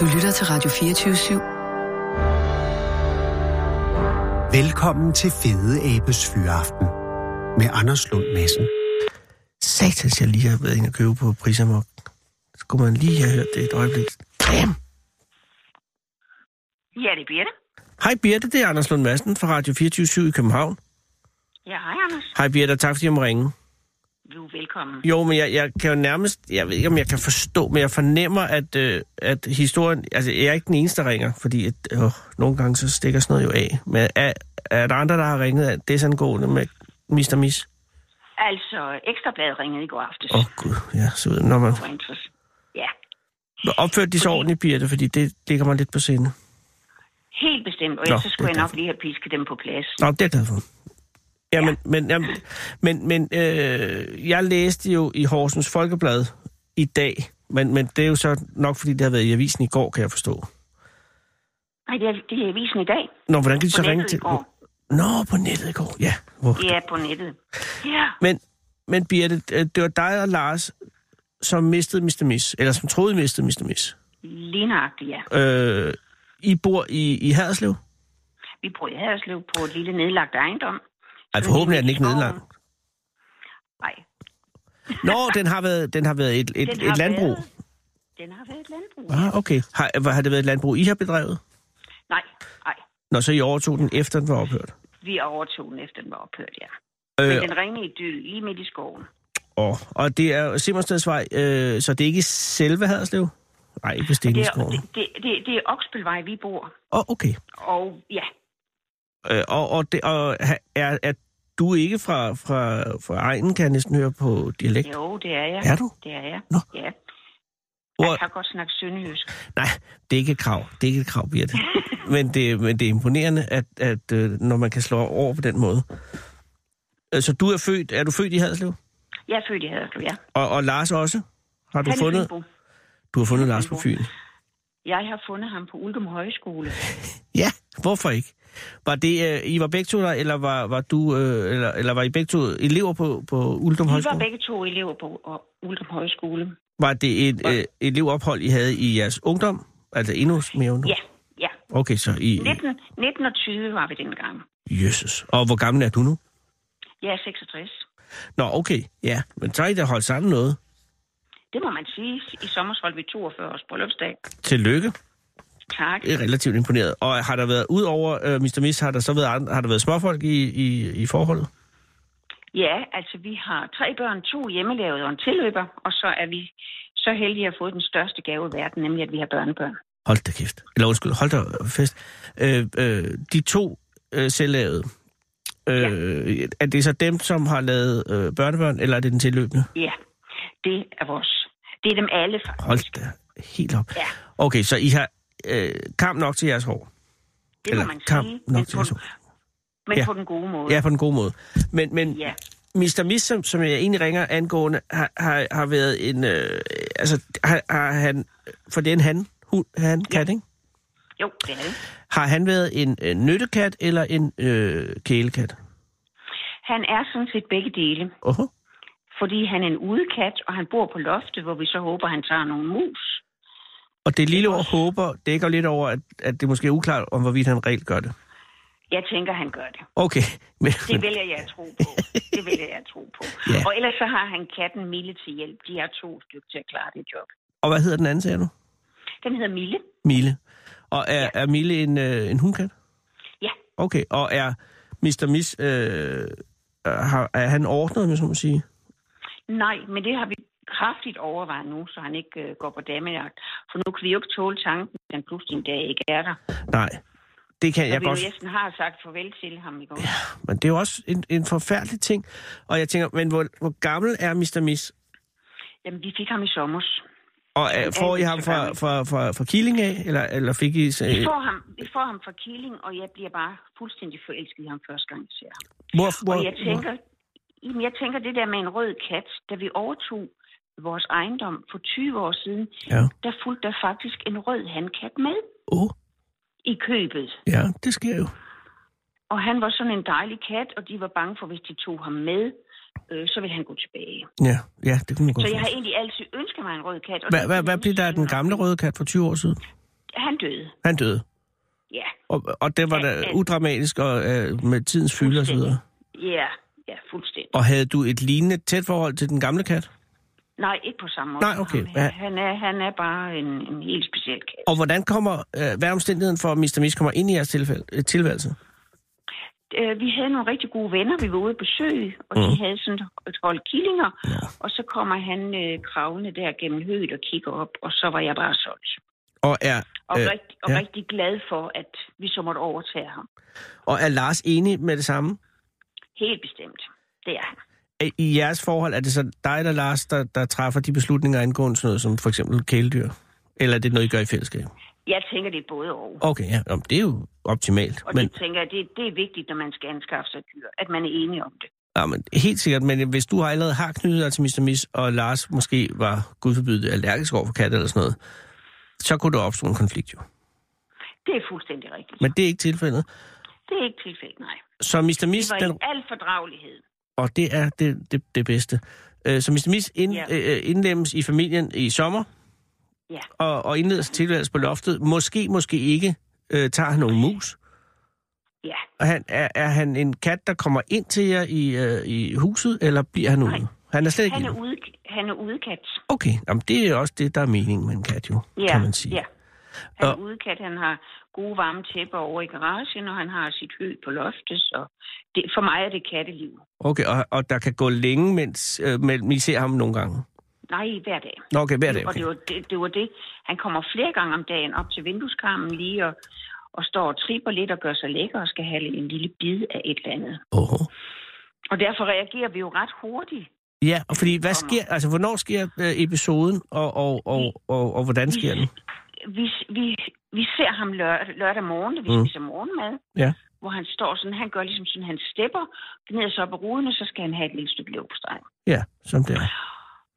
Du lytter til Radio 24 /7. Velkommen til Fede Abes Fyraften med Anders Lund Madsen. Satans, jeg lige har været inde og købe på Prisamok. Skulle man lige have hørt det et øjeblik. Damn. Ja, det bliver det. Hej Birte, det er Anders Lund Madsen fra Radio 24 i København. Ja, hej Anders. Hej Birte, og tak fordi jeg må ringe. Du er velkommen. Jo, men jeg, jeg kan jo nærmest, jeg ved ikke om jeg kan forstå, men jeg fornemmer, at, øh, at historien, altså jeg er ikke den eneste, der ringer, fordi at, øh, nogle gange så stikker sådan noget jo af. Men er, er der andre, der har ringet af desangående med Mr. Miss? Altså, Ekstrabladet ringede i går aftes. Åh oh, gud, ja, så ved jeg, når man Det var interessant. Ja, opførte de så ordentligt, Birte, fordi det ligger mig lidt på sinde. helt bestemt. Nå, Og ellers så skulle det er jeg nok derfor. lige have pisket dem på plads. Nå, det er jeg glad for. Jamen, ja. men, jamen, men, men øh, jeg læste jo i Horsens Folkeblad i dag, men, men det er jo så nok, fordi det har været i avisen i går, kan jeg forstå. Nej, det er, det er avisen i dag. Nå, hvordan kan de så På ringe nettet til... i går. Nå, på nettet i går, ja. Hvor... Ja, på nettet. Ja, Men, men Birte, øh, det var dig og Lars, som mistede Mr. Miss, eller som troede, I mistede Mr. Miss. lige nøjagtigt, ja. Øh, I bor i, i Haderslev? Vi bor i Haderslev på et lille nedlagt ejendom. Ej, Øh, forhåbentlig er den ikke nedlagt. Nej, Nå, den har været, den har været et, et, den et har landbrug. Været, den har været et landbrug. Ja. Ah, okay. Har, hvad har det været et landbrug, I har bedrevet? Nej, nej. Nå, så I overtog den, efter den var ophørt. Vi overtog den, efter den var ophørt, ja. Men Øh, den ringede i dyl, lige midt i skoven. og, og det er Simmerstedsvej, øh, så det er ikke selve Haderslev? Nej, ikke ved Det er, Stenskoven. det, det, det, det er Oksbølvej, vi bor. Åh, oh, okay. Og ja, Øh, og og, det, og ha- er, er du ikke fra, fra, fra egen, kan jeg næsten høre på dialekt? jo, det er jeg. Er du? Det er jeg. Nå. Ja. Hvor, Jeg kan godt snakke sønderjysk. nej, det er ikke et krav. Det er ikke et krav, Birte. men, det, men det er imponerende, at, at øh, når man kan slå over på den måde. Øh, Så du er født, er du født i Haderslev? Jeg er født i Haderslev, ja. Og, og Lars også? Har du Han er fundet, Fynbo. du har fundet Han er Lars på Fynbo. Fyn? Jeg har fundet ham på Ulgum Højskole. Ja, hvorfor ikke? Var det, øh, I var begge to der, eller var, var du, øh, eller, eller var I begge to elever på, på Uldum Vi var Højskole? begge to elever på øh, Ulgum Højskole. Var det et øh, elevophold, I havde i jeres ungdom? Altså endnu mere ungdom? Ja, ja. Okay, så I... 19, 19 og 20 var vi dengang. Jesus. Og hvor gammel er du nu? Jeg er 66. Nå, okay, ja. Men så har I da holdt sammen noget. Det må man sige. I sommer holdt vi 42 års bryllupsdag. Tillykke. Tak. Jeg er relativt imponeret. Og har der været, udover øh, Mr. Miss, har der så været, andre- har der været småfolk i, i, i forholdet? Ja, altså vi har tre børn, to hjemmelavede og en tilløber. Og så er vi så heldige at have fået den største gave i verden, nemlig at vi har børnebørn. Hold da kæft. Eller undskyld, hold da fest. Øh, øh, de to øh, selvlavede, øh, ja. er det så dem, som har lavet øh, børnebørn, eller er det den tilløbende? Ja, det er vores. Det er dem alle, faktisk. Hold da helt op. Ja. Okay, så I har øh, kamp nok til jeres hår? Det Eller må man kamp sige, nok men, til på, jeres den- hår. men Ja. på den gode måde. Ja, på den gode måde. Men, men Ja. Mr. Miss, som, som jeg egentlig ringer angående, har, har, har været en... Øh, altså, har, har han... For det er en han, hun, han kat, ikke? Jo, det er det. Har han været en øh, nyttekat eller en øh, kælekat? Han er sådan set begge dele, Åh, fordi han er en udekat, og han bor på loftet, hvor vi så håber, han tager nogle mus. Og det lille ord håber dækker lidt over, at, at det måske er uklart, om hvorvidt han reelt gør det. Jeg tænker, han gør det. Okay, men, Det vælger jeg at tro på. Det vælger jeg at tro på. Ja. Og ellers så har han katten Mille til hjælp. De har to stykker til at klare det job. og hvad hedder den anden, sagde du? Den hedder Mille. Mille. Og er, er Mille en, øh, en hundkat? Ja, Okay, og er Mr. Miss, øh, har, er han ordnet, hvis man må sige? nej, men det har vi kraftigt overvejet nu, så han ikke øh, går på damejagt. For nu kan vi jo ikke tåle tanken, at han pludselig en dag ikke er der. Nej, det kan Jeg jeg vi godt... godt... jo næsten har sagt farvel til ham i går. Ja. Men det er jo også en, en forfærdelig ting. Og jeg tænker, men hvor, hvor gammel er Mr. Miss? Jamen, vi fik ham i sommer. Og er, får I ham fra, fra, fra, fra Killing af, eller, eller fik I... Vi Øh, får, ham, vi får ham fra Killing, og jeg bliver bare fuldstændig forelsket i ham første gang, jeg ser ham. hvor, hvor, Og jeg tænker, jamen, jeg tænker det der med en rød kat, da vi overtog vores ejendom for 20 år siden, Ja. der fulgte der faktisk en rød handkat med Oh, i købet. ja, det sker jo. Og han var sådan en dejlig kat, og de var bange for, hvis de tog ham med, øh, så ville han gå tilbage. Ja, ja det kunne man godt Så jeg har forestille sig. egentlig altid ønsket mig en rød kat. og Hvad, det hvad, kan hvad jeg blev der af den synes, gamle røde kat for 20 år siden? han døde. Han døde. Ja, Og, og det var Ja, da ja. udramatisk og øh, med tidens fylde og så videre. ja, ja, fuldstændig. Og havde du et lignende tæt forhold til den gamle kat? Nej, ikke på samme måde. Nej, okay. som ham. Ja. Han, er, han er bare en, en helt speciel kat. Og hvordan kommer, øh, hvad er omstændigheden for, at Mr. Mis kommer ind i jeres tilfælde, øh, tilværelse? Øh, vi havde nogle rigtig gode venner, vi var ude at besøge, og Mhm. de havde sådan et hold killinger, og så kommer han øh, kravende der gennem høet og kigger op, og så var jeg bare solgt. Og er, Og, øh, øh, rigtig, og ja. ja. rigtig glad for, at vi så måtte overtage ham. og er Lars enig med det samme? Helt bestemt. Det er han. Er- I jeres forhold, er det så dig eller Lars, der, der træffer de beslutninger angående sådan noget som for eksempel kæledyr? Eller er det noget, I gør i fællesskab? Jeg tænker, det er både og. Okay, ja, jamen, det er jo optimalt. Og Men, det tænker jeg, det, det er vigtigt, når man skal anskaffe sig et dyr, at man er enige om det. ja, men, helt sikkert, men hvis du allerede har knyttet dig til Mr. Mis, og Lars måske var gudforbydet allergisk over for katte eller sådan noget, så kunne der opstå en konflikt jo. Det er fuldstændig rigtigt. Men det er ikke tilfældet. Det er ikke tilfældet, nej. Så Mr. Vi Mis, var den, i al fordragelighed. og det er det, det, det bedste. Øh, Så Mr. Mis ind, Ja. øh, indlemmes i familien i sommer, Ja. og, og indleder sin tilværelse på loftet. Måske, måske ikke øh, tager han nogle mus. Ja, Og han, er, er han en kat, der kommer ind til jer i, øh, i huset, eller bliver han ude? Nej. Han er slet ikke han er, inde. ude, han er udekat. Okay, Jamen, det er også det, der er meningen med en kat jo, Ja, kan man sige. Ja. Han er Og- udekat, han har gode varme tæpper over i garagen, og han har sit hø på loftet, så det, for mig er det katteliv. Okay, og, og der kan gå længe, mens øh, mellem I ser ham nogle gange. Nej, hver dag. Nå, okay, hver dag. Og Okay. det var det, det var det. Han kommer flere gange om dagen op til vindueskarmen lige og, og står og tripper lidt og gør sig lækker og skal have en lille bid af et eller andet. Åh. Og derfor reagerer vi jo ret hurtigt. Ja, og fordi hvad Kommer. sker, altså hvornår sker øh, episoden, og, og, og, og, og, og hvordan sker den? Vi, vi, vi ser ham lør, lørdag morgen, da vi Mm. spiser morgenmad. Ja. Hvor han står sådan, han gør ligesom sådan, han stepper, gnider sig op af ruden, og så skal han have et lille stykke leverpostej. Ja, som det er.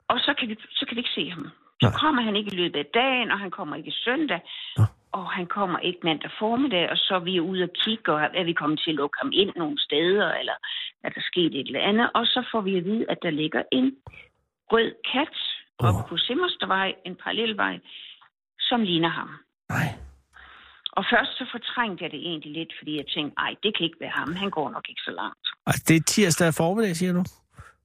Og så kan vi, så kan vi ikke se ham. Så Nej. kommer han ikke i løbet af dagen, og han kommer ikke søndag, Nå. og han kommer ikke mandag formiddag, og så er vi ude og kigge, og er vi kommet til at lukke ham ind nogle steder, eller er der sket et eller andet, og så får vi at vide, at der ligger en rød kat Åh. oppe på Simmerstervej, en parallelvej, som ligner ham. Nej. Og først så fortrængte jeg det egentlig lidt, fordi jeg tænkte, nej, det kan ikke være ham, han går nok ikke så langt. Altså, det er tirsdag formiddag, siger du?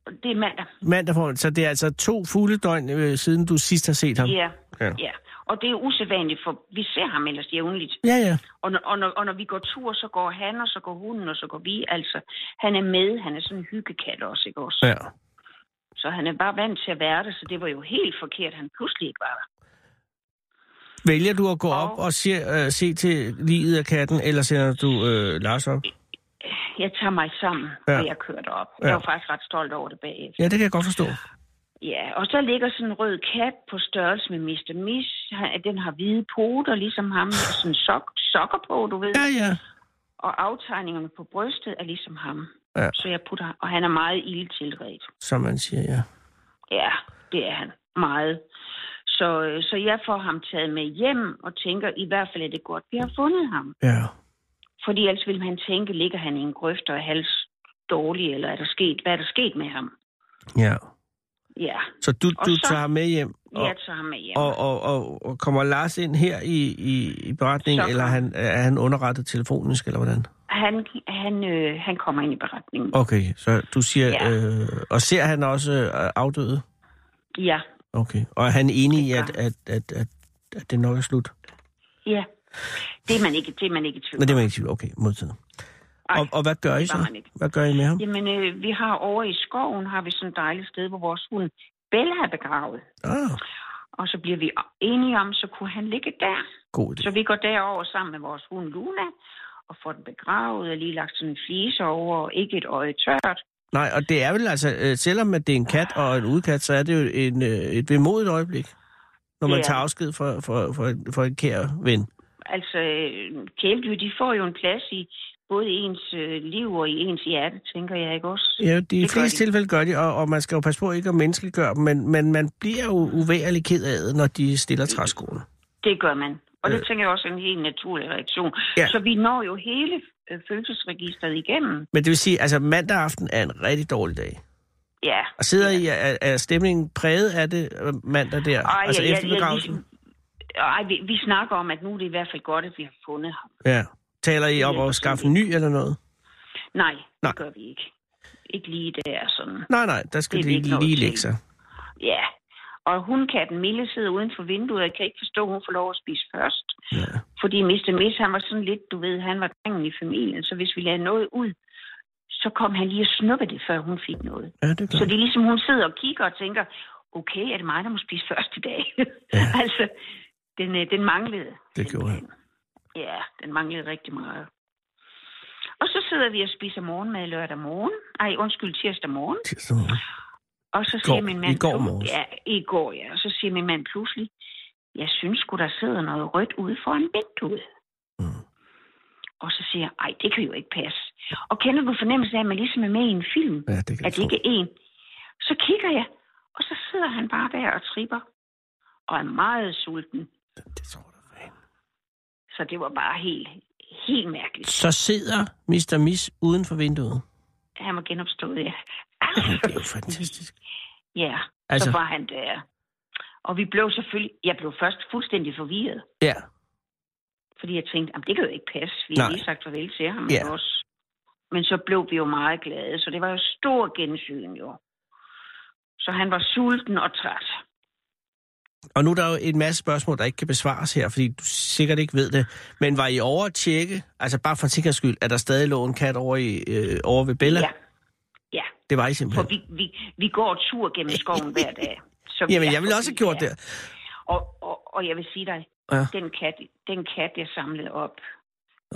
Og det er mandag. Mandag formiddag. Så det er altså to fulde døgn, øh, siden du sidst har set ham? Ja, Ja. ja. Og det er usædvanligt, for vi ser ham ellers jævnligt. Ja, ja. Og når, og, når, og når vi går tur, så går han, og så går hunden, og så går vi. Altså, han er med. Han er sådan en hyggekat også, ikke også? ja. Så han er bare vant til at være der, så det var jo helt forkert, at han pludselig ikke var der. Vælger du at gå op Og- og se, øh, se til livet af katten, eller sender du øh, Lars op? Jeg tager mig sammen, Ja. ja. og jeg kører derop. Ja. Ja. Jeg var faktisk ret stolt over det bagefter. Ja, det kan jeg godt forstå. Ja, og så ligger sådan en rød kat på størrelse med Mr. Miss. Han, den har hvide poter, ligesom ham, og sådan sok, sokker på, du ved. Ja, ja. Og aftegningerne på brystet er ligesom ham. Ja. Så jeg putter, og han er meget ildtilredt. Som man siger, ja. Ja, det er han. Meget. Så, øh, så jeg får ham taget med hjem og tænker, i hvert fald er det godt, vi har fundet ham. Ja. Fordi ellers vil man tænke, ligger han i en grøft og er hals dårlig, eller er der sket, hvad er der sket med ham? ja. Ja, Så du, Og du så- tager ham med hjem, og, jeg tager ham med hjem. og, og, og, og kommer Lars ind her i, i, i beretningen, Så- eller er han, er han underrettet telefonisk, eller hvordan? Han, han, øh, han kommer ind i beretningen. Okay, så du siger... Ja. Øh, og ser han også øh, afdøde? Ja, Okay. Og er han enig i, at, Det at, at, at, at det nok er slut? ja. Det er man ikke, det er man ikke i tvivl Men det om. var ikke tvivl. Okay, modtaget. Ej, Og, og hvad gør I det var så? han ikke. Hvad gør I med ham? Jamen, øh, vi har over i skoven, har vi sådan et dejligt sted, hvor vores hund Bella er begravet. Ah, Og så bliver vi enige om, så kunne han ligge der. god idé. Så vi går derover sammen med vores hund Luna og får den begravet og lige lagt sådan en flise over, og ikke et øje tørt. Nej, og det er vel altså, øh, selvom at det er en kat og en udkat, så er det jo en, øh, et vemodigt øjeblik, når man Det er tager det. afsked for, for, for, for en kære ven. Altså, øh, kæledyr, de får jo en plads i både ens øh, liv og i ens hjerte, tænker jeg ikke også? Ja, de gør fleste de. tilfælde gør de, og, og man skal jo passe på ikke at menneskeliggøre dem, men, men man bliver jo uværlig ked af det, når de stiller træskoene. Det gør man. Og det tænker jeg også er en helt naturlig reaktion. Øh. Ja. Ja. Så vi når jo hele øh, følelsesregisteret igennem. Men det vil sige, altså mandag aften er en rigtig dårlig dag. Ja. Altså, Og sidder I, er, er stemningen præget af det øh, mandag der? Ej, altså jeg- efter jeg- jeg- begravelsen? Ej, vi, vi snakker om, at nu er det i hvert fald godt, at vi har fundet ham. Ja. Taler I om at skaffe en ny eller noget? Nej, nej. Nej. det gør vi ikke. Ikke lige der sådan. Nej, nej, der skal Det er de ikke noget lige til. lægge sig. Ja. Og hundkatten Mille sidder uden for vinduet, og jeg kan ikke forstå, at hun får lov at spise først. Ja. Fordi Mr. Miss, han var sådan lidt, du ved, han var drengen i familien, så hvis vi lagde noget ud, så kom han lige og snuppede det, før hun fik noget. ja, det er Så klart. det er ligesom, hun sidder og kigger og tænker, okay, er det mig, der må spise først i dag? Ja. altså, den, øh, den manglede. Det gjorde han. Ja, den manglede rigtig meget. Og så sidder vi og spiser morgenmad lørdag morgen. Ej, undskyld, tirsdag morgen. Tirsdag morgen. Og så I siger går- min mand... i går plu- morges. Ja, i går, ja. Og så siger min mand pludselig, jeg synes sgu, der sidder noget rødt ude foran vinduet. Mm. Og så siger jeg, ej, det kan jo ikke passe. Og kender du fornemmelsen af, at man ligesom er med i en film? Ja, det kan jeg At det tro. ikke er en? Så kigger jeg, og så sidder han bare der og tripper. Og er meget sulten. Det tror jeg da for helvede. Så det var bare helt, helt mærkeligt. Så sidder Mr. Miss uden for vinduet. Han var genopstået, ja. Jamen, det er jo fantastisk. ja, altså... Altså, så var han der. Og vi blev selvfølgelig... Jeg blev først fuldstændig forvirret. ja. Fordi jeg tænkte, jamen, det kan jo ikke passe. Vi har Nej. lige sagt farvel til ham Ja. ja. også. Men så blev vi jo meget glade, så det var jo stor gensyn jo. Så han var sulten og træt. Og nu er der jo en masse spørgsmål, der ikke kan besvares her, fordi du sikkert ikke ved det. Men var I over at tjekke, altså bare for sikkerheds skyld, at der stadig lå en kat over, i, øh, over ved Bella? Ja. Ja, Det var I for simpelthen. vi, vi, vi går tur gennem skoven hver dag. Så vi Jamen, er jeg ville også have forbi, gjort ja. det. Og, og, og jeg vil sige dig, Ja. ja. den, kat, den kat, jeg samlede op,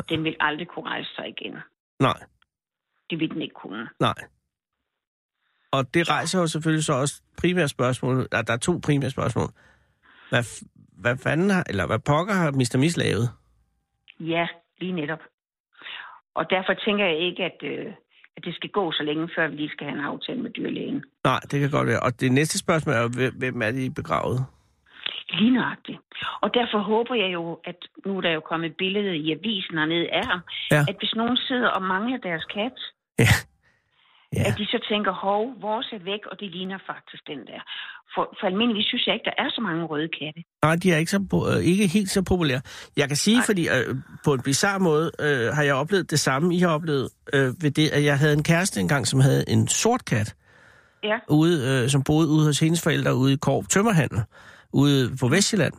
den vil aldrig kunne rejse sig igen. Nej, Det vil den ikke kunne. nej. Og det rejser jo selvfølgelig så også primære spørgsmål. Der, der er to primære spørgsmål. Hvad, f- hvad fanden har, eller hvad pokker har Mr. Miss lavet? Ja, lige netop. Og derfor tænker jeg ikke, at, øh, at det skal gå så længe, før vi lige skal have en aftale med dyrlægen. Nej, det kan godt være. Og det næste spørgsmål er, jo, hvem- hvem er det, I er begravet? Lige nøjagtigt. Og derfor håber jeg jo, at nu er der jo kommet et billede i avisen hernede af ham, Ja. ja. at hvis nogen sidder og mangler deres kat, Ja. ja. Ja. at de så tænker, hov, vores er væk, og det ligner faktisk den der. For, for almindeligvis synes jeg ikke, der er så mange røde katte. Nej, de er ikke, så, po- øh, ikke helt så populære. Jeg kan sige, Nej. fordi øh, på en bizarre måde øh, har jeg oplevet det samme, I har oplevet, øh, ved det, at jeg havde en kæreste engang, som havde en sort kat, Ja, ude, øh, som boede ude hos hendes forældre ude i Korp Tømmerhandel, ude på Vestjylland.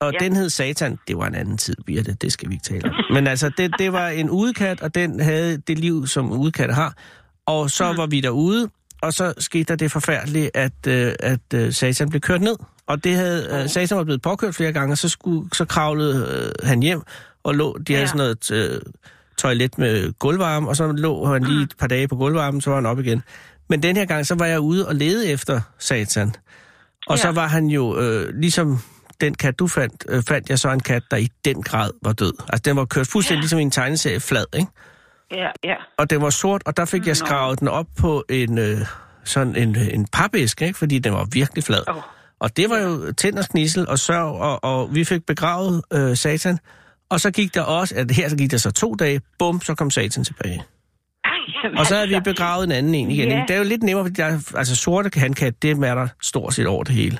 Og ja. Ja. den hed Satan. Det var en anden tid, Birte. Det skal vi ikke tale om. Men altså, det, det var en udekat, og den havde det liv, som udekatte har. Og så mm. var vi derude, og så skete der det forfærdelige, at, øh, at øh, Satan blev kørt ned. Og det havde, øh, Satan var blevet påkørt flere gange, og så, skulle, så kravlede øh, han hjem og lå. De havde Ja. sådan noget øh, toilet med gulvvarme, og så lå han lige et par dage på gulvvarmen, så var han op igen. Men den her gang, så var jeg ude og lede efter Satan. Og ja. så Ja. var han jo, øh, ligesom den kat, du fandt, øh, fandt jeg så en kat, der i den grad var død. Altså, den var kørt fuldstændig ja. ligesom i en tegneserie flad, ikke? ja, ja. Og den var sort, og der fik jeg Nå. skravet den op på en, øh, sådan en, øh, en papæsk, ikke? Fordi den var virkelig flad. Åh, Og det var jo tænd og snissel og sørg, og, og vi fik begravet øh, Satan. Og så gik der også, at her så gik der så to dage, bum, så kom Satan tilbage. Ej, jamen Og så havde vi altså. begravet en anden en igen. Ja. Yeah. Det er jo lidt nemmere, fordi der er, altså, sorte handkat, det er der stort set over det hele.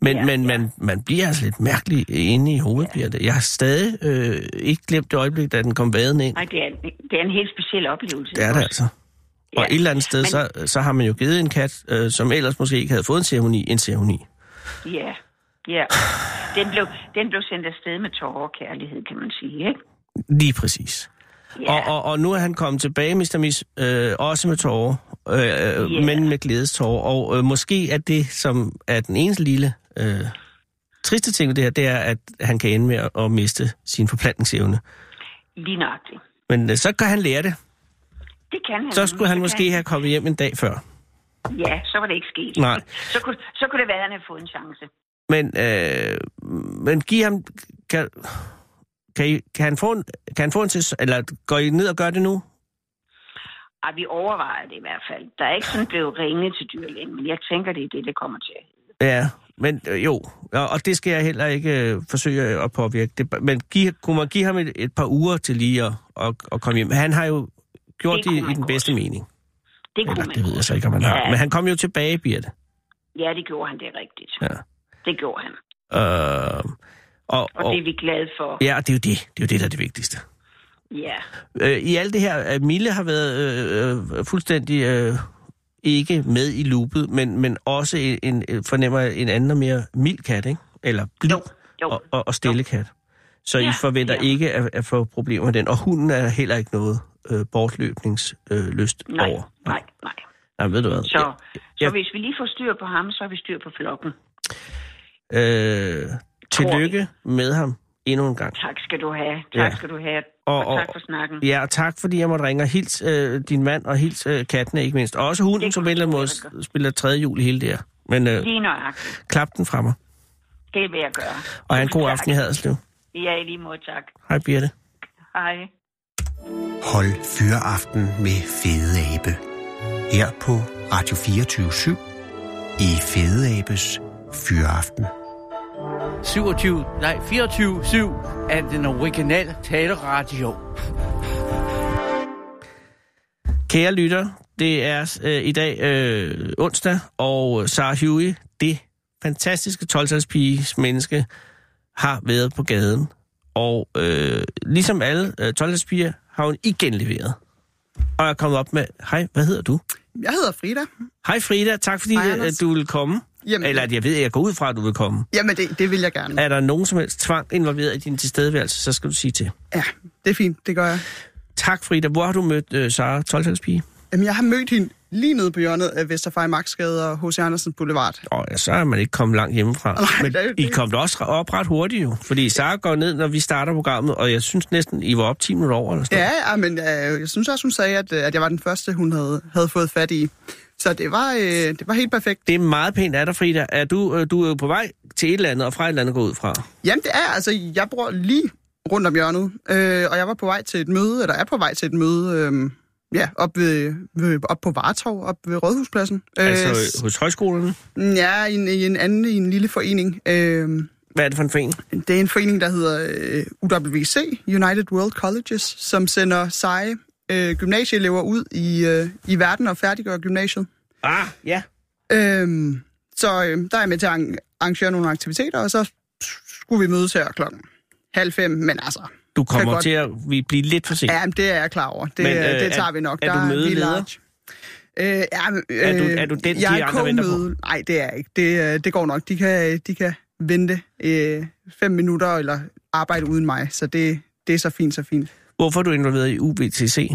Men, Ja, men ja. Man, man bliver altså lidt mærkelig inde i hovedet, bliver det. Jeg har stadig øh, ikke glemt det øjeblik, da den kom vaden ind. Nej, det er, det er en helt speciel oplevelse. Det er det altså. Og Ja. et eller andet sted, Men- så, så har man jo givet en kat, øh, som ellers måske ikke havde fået en ceremoni, en ceremoni. Ja, ja. Den blev, den blev sendt afsted med tårer og kærlighed, kan man sige, ikke? Lige præcis. Ja, Og, og, og nu er han kommet tilbage, Mr. Miss, øh, også med tårer, øh, yeah. Ja. men med glædestårer. Og øh, måske er det, som er den eneste lille øh, triste ting ved det her, det er, at han kan ende med at, at miste sin forplantningsevne. lige nøjagtigt. Men øh, så kan han lære det. Mm, Det kan han. Så skulle han kan- måske have kommet hjem en dag før. Ja, så var det ikke sket. Nej. Så kunne, så kunne det være, at han havde fået en chance. Men, øh, men giv ham... Kan, kan, I, kan, han få en, kan han få en sæson, eller går I ned og gør det nu? Ej, vi overvejer det i hvert fald. Der er ikke sådan blevet ringet til dyrlægen, men jeg tænker, det er det, det kommer til. Ja, men øh, jo, og, og det skal jeg heller ikke øh, forsøge at påvirke. Det, men give, kunne man give ham et, et par uger til lige at, at, at komme hjem? Han har jo gjort Det det, kunne det i man den bedste godt. mening. Det kunne Eller, man. det ved jeg så ikke, om han har. Ja. Men han kom jo tilbage, Birte. Ja, det gjorde han, det er rigtigt. Ja. Det gjorde han. Øh, Og, Og, og det er vi glade for. Ja, og det er jo det. Det er jo det, der er det vigtigste. Ja. Øh, I alt det her, øh, Mille har været øh, øh, fuldstændig øh, ikke med i loopet, men, men også en, en, øh, fornemmer jeg, en anden og mere mild kat, ikke? Eller blid Jo, jo. og, og, og stille kat. Så ja, I Ja, forventer ja. ja. ikke at, at få problemer med den. Og hunden er heller ikke noget øh, bortløbningslyst øh, Nej, over. nej, nej. Nej, ved du hvad? Så, Ja. så hvis vi lige får styr på ham, så har vi styr på flokken. Øh, tillykke med ham endnu en gang. Tak skal du have. Tak Ja. skal du have. Og- og- Og, og tak for snakken. Ja, og tak fordi jeg måtte ringe og hils øh, din mand og hils øh, kattene, ikke mindst. Og også hunden, Det som på en eller anden kunne jeg måde spiller tredje jul i hele det her. Men øh, Lige nøjagtigt. klap den fra mig. Det vil jeg gøre. Og have en god Tak. aften i Haderslev. Ja, i lige måde tak. Hej Birte. Hej. Hold fyreaften med Fede Abe. Her på Radio 24 i Fede Abes Fyreaften. 27, nej 24-7 af den originale taleradio. Kære lytter, det er øh, i dag øh, onsdag, og Sarah Huey, det fantastiske 12 menneske, har været på gaden. Og øh, ligesom alle øh, 12 har hun igen leveret. Og er kommet op med, hej, hvad hedder du? Jeg hedder Frida. Hej Frida, tak fordi Hej, hej, Anders. du vil komme. Jamen, Eller at jeg ved, at jeg går ud fra, at du vil komme. Jamen, det, det vil jeg gerne. Er der nogen som helst tvang involveret i din tilstedeværelse, så skal du sige til. Ja, det er fint. Det gør jeg. Tak Frida, hvor har du mødt øh, Sara 12 pige? Jamen, jeg har mødt hende lige nede på hjørnet af Vesterfej Marksgade og H.C. Andersen Boulevard. Og ja, så er man ikke kommet langt hjemmefra. Nej, Men det er jo det. I kom da også op ret hurtigt jo. Fordi Sara går ned, når vi starter programmet, og jeg synes næsten, I var op 10 minutter over. Eller sådan noget. Ja, ja men øh, jeg synes også, hun sagde, at, øh, at jeg var den første, hun havde, havde fået fat i. Så det var, øh, det var helt perfekt. Det er meget pænt af dig, Frida. Er du, øh, du er jo på vej til et eller andet, og fra et eller andet går ud fra. Jamen, det er altså, jeg bor lige rundt om hjørnet, øh, og jeg var på vej til et møde, eller er på vej til et møde, øh, ja, op, ved, ved, op på Vartov, op ved Rådhuspladsen. Øh, Altså øh, hos højskolerne. Ja, i en, i en anden, i en lille forening. Øh, Hvad er det for en forening? Det er en forening, der hedder øh, UWC, United World Colleges, som sender seje øh, gymnasieelever ud i, øh, i verden og færdiggør gymnasiet. Ah, ja. Øhm, så øh, der er jeg med til at arran- arrangere nogle aktiviteter, og så skulle vi mødes her klokken halv fem, men altså, Du Kan kommer godt. til at vi blive lidt for sent. ja, men det er jeg klar over. Det, Men, men, øh, øh, det er- tager vi nok. er du vi mødeleder? large. Øh, ja, men, øh, Er du- er du den, jeg de andre venter på? co-møde- Nej, det er jeg ikke. Det, øh, det går nok. De kan, de kan vente øh, fem minutter eller arbejde uden mig, så det, det er så fint, så fint. Hvorfor er du involveret i UBTC?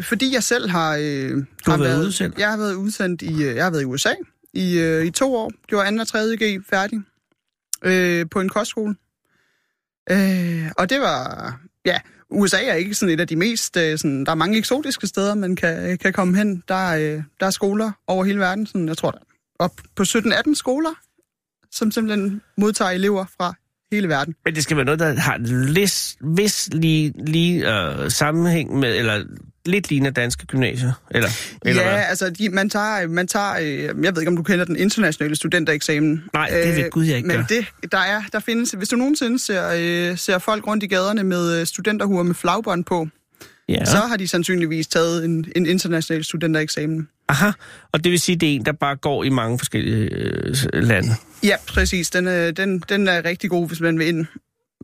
Fordi jeg selv har... Øh, du har, været ude selv? Jeg har været udsendt i... øh, Jeg har været i USA i, øh, i to år. Gjorde 2. og 3. G færdig øh, på en kostskole. Øh, og det var... Ja, USA er ikke sådan et af de mest... Øh, sådan, der er mange eksotiske steder, man kan, øh, kan komme hen. Der, er, øh, der er skoler over hele verden. Sådan, jeg tror, der er op på 17-18 skoler, som simpelthen modtager elever fra hele verden. Men det skal være noget, der har en vis, vis lige, lige øh, sammenhæng med, eller lidt ligner danske gymnasier, eller, eller ja, hvad? altså, de, man tager, man tager, øh, jeg ved ikke, om du kender den internationale studentereksamen. Øh, Nej, det ved Gud, jeg ikke Men gør. det, der er, der findes, hvis du nogensinde ser, øh, ser folk rundt i gaderne med øh, studenterhuer med flagbånd på, Ja. ja. så har de sandsynligvis taget en, en international studentereksamen. Aha, og det vil sige, det er en, der bare går i mange forskellige øh, s- lande. Ja, præcis. Den, øh, den, den er rigtig god, hvis man vil ind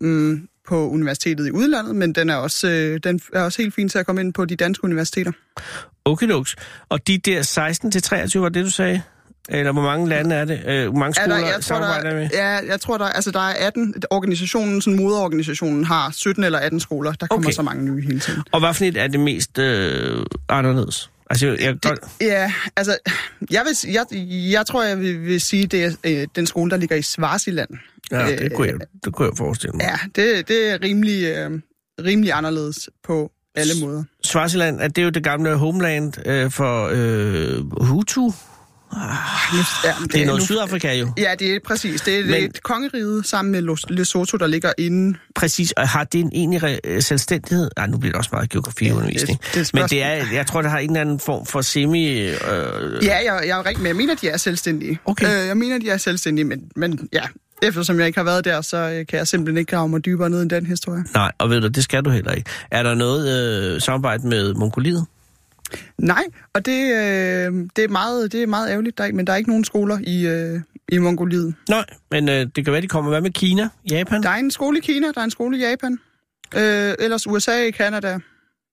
mm, på universitetet i udlandet, men den er, også, øh, den er også helt fin til at komme ind på de danske universiteter. Okidoks. Og de der 16-23, var det, du sagde? Eller hvor mange lande er det? Øh, hvor mange Ja, skoler der, jeg tror, samarbejder der, med? ja, jeg tror, der, altså, der er 18. Organisationen, sådan moderorganisationen, har 17 eller 18 skoler. Der kommer Okay. så mange nye hele tiden. Og hvad for et er det mest øh, anderledes? Altså, jeg, jeg, Det, ja, altså, jeg, vil, s- jeg, jeg tror, jeg vil, vil sige, det er øh, den skole, der ligger i Svarsiland. ja, det, kunne jeg, det kunne jeg forestille mig. Ja, det, det er rimelig, øh, rimelig anderledes på alle måder. Swaziland, at det er jo det gamle homeland øh, for øh, Hutu. Ja, Det er noget nu- Sydafrika jo. Ja, det er præcis. Det er Men- Men... et kongerige sammen med Los- Lesotho, der ligger inde. Præcis, og har det en egentlig re- øh, selvstændighed? Nej, nu bliver det også meget geografiundervisning. Ja, det- det er et Men det spørgsmål. er, jeg tror, det har en eller anden form for semi... Øh, Ja, jeg, jeg er rigtig med. Jeg mener, de er selvstændige. Okay. Øh, jeg mener, de er selvstændige, men, men ja, eftersom jeg ikke har været der, så øh, kan jeg simpelthen ikke grave mig dybere ned i den historie. Nej, og ved du, det skal du heller ikke. Er der noget øh, samarbejde med Mongoliet? Nej, og det, øh, det, er meget, det er meget ærgerligt, der, er ikke- men der er ikke nogen skoler i, øh, i Mongoliet. Nej, men øh, det kan være, de kommer. Hvad med Kina? Japan? Der er en skole i Kina, der er en skole i Japan. Øh, ellers USA, Kanada.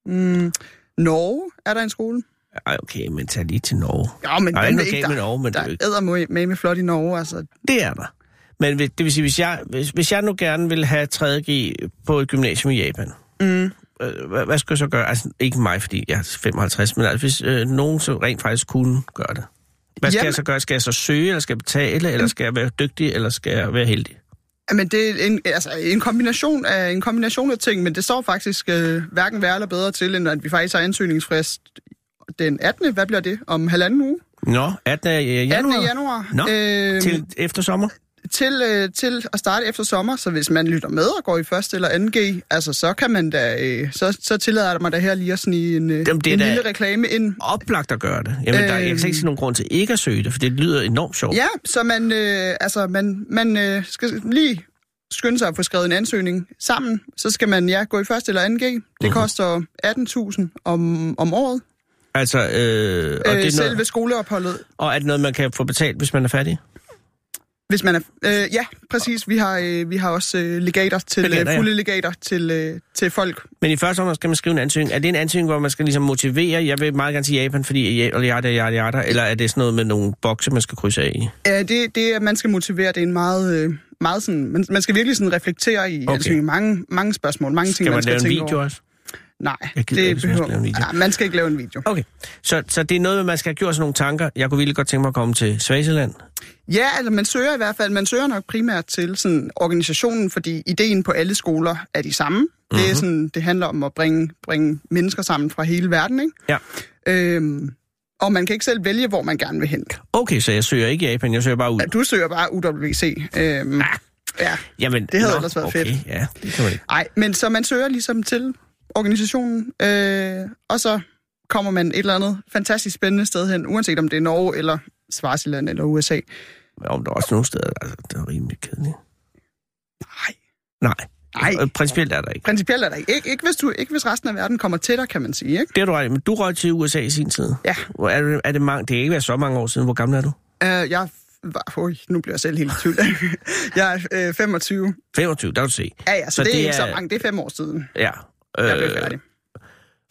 Mm, Norge er der en skole. Ej, okay, men tag lige til Norge. Ja, men Der er ikke den er noget ikke galt der. med Norge, men det der er jo ikke- er med med flot i Norge, altså. Det er der. Men hvis- det vil sige, hvis jeg, hvis, hvis jeg nu gerne vil have 3.G på et gymnasium i Japan, Mm. øh, hvad, hvad skal jeg så gøre? Altså, ikke mig, fordi jeg er 55, men altså, hvis øh, nogen så rent faktisk kunne gøre det. Hvad skal Jamen- jeg så gøre? Skal jeg så søge, eller skal jeg betale, eller skal jeg være dygtig, eller skal jeg være heldig? Men det er en, altså, en, kombination af, en kombination af ting, men det står faktisk øh, hverken værre eller bedre til, end at vi faktisk har ansøgningsfrist den 18. Hvad bliver det? Om halvanden uge? Nå, 18. øh, januar? 18. januar. Nå, Øhm, til efter sommer? til, øh, til at starte efter sommer, så hvis man lytter med og går i første eller anden G, altså så kan man da, øh, så, så tillader jeg mig da her lige at snige en, øh, Jamen, det er en da- lille reklame ind. Oplagt at gøre det. Jamen, der, jeg kan Øhm. slet ikke se nogen grund til ikke at søge det, for det lyder enormt sjovt. Ja, så man, øh, altså, man, man øh, skal lige skynde sig at få skrevet en ansøgning sammen. Så skal man ja, gå i første eller anden G. Det Mhm. koster 18.000 om, om året. Altså, øh, og, det Og øh, er selve noget, skoleopholdet. og er det noget, man kan få betalt, hvis man er fattig? Hvis man er, øh, ja, præcis. Vi har, øh, vi har også øh, legater til, Legater, legater, ja. øh, fulde legater til, øh, til folk. Men i første omgang skal man skrive en ansøgning. Er det en ansøgning, hvor man skal ligesom motivere, jeg vil meget gerne til Japan, fordi jeg- og yada, yada, yada, eller er det sådan noget med nogle bokse, man skal krydse af i? Ja, det, det at man skal motivere, det er en meget, øh, meget sådan, man, man skal virkelig sådan reflektere i Okay. okay. altså, i mange, mange spørgsmål, mange ting, Skal man man skal lave en tænke video over. også? Nej, Jeg gider ikke, hvis det man skal behøver lave en video. Ja, man skal ikke lave en video. Okay, så, så det er noget, med, man skal have gjort sig nogle tanker. Jeg kunne virkelig godt tænke mig at komme til Svaziland. Ja, altså man søger i hvert fald, man søger nok primært til sådan, organisationen, fordi ideen på alle skoler er de samme. Mm-hmm. Det, er sådan, det handler om at bringe, bringe mennesker sammen fra hele verden, ikke? Ja. Øhm, og man kan ikke selv vælge, hvor man gerne vil hen. Okay, så jeg søger ikke Japan, jeg søger bare ud. Ja, Du søger bare UWC. Øhm, ja. Jamen, det havde ellers været okay, fedt. ja, det kan man ikke. Nej, men så man søger ligesom til organisationen, øh, og så kommer man et eller andet fantastisk spændende sted hen, uanset om det er Norge eller Svarsiland eller USA. Om der er også nogle steder, altså, der er rimelig kedeligt. Nej, Nej. Nej. Øh, Principielt er der ikke. principielt er der ikke. Ikke, ikke, hvis du, ikke hvis resten af verden kommer til dig, kan man sige. Ikke? Det har du ret i, men du røg til USA i sin tid. Ja. Hvor Er det, er det, mange, det er ikke været så mange år siden. Hvor gammel er du? Øh, jeg var, øj, nu bliver jeg selv helt i tvivl. jeg er øh, 25. 25, der kan du se. Ja, ja, så, Så så det, det er ikke så er- Øh, mange. Det er fem år siden, Ja. jeg blev færdig.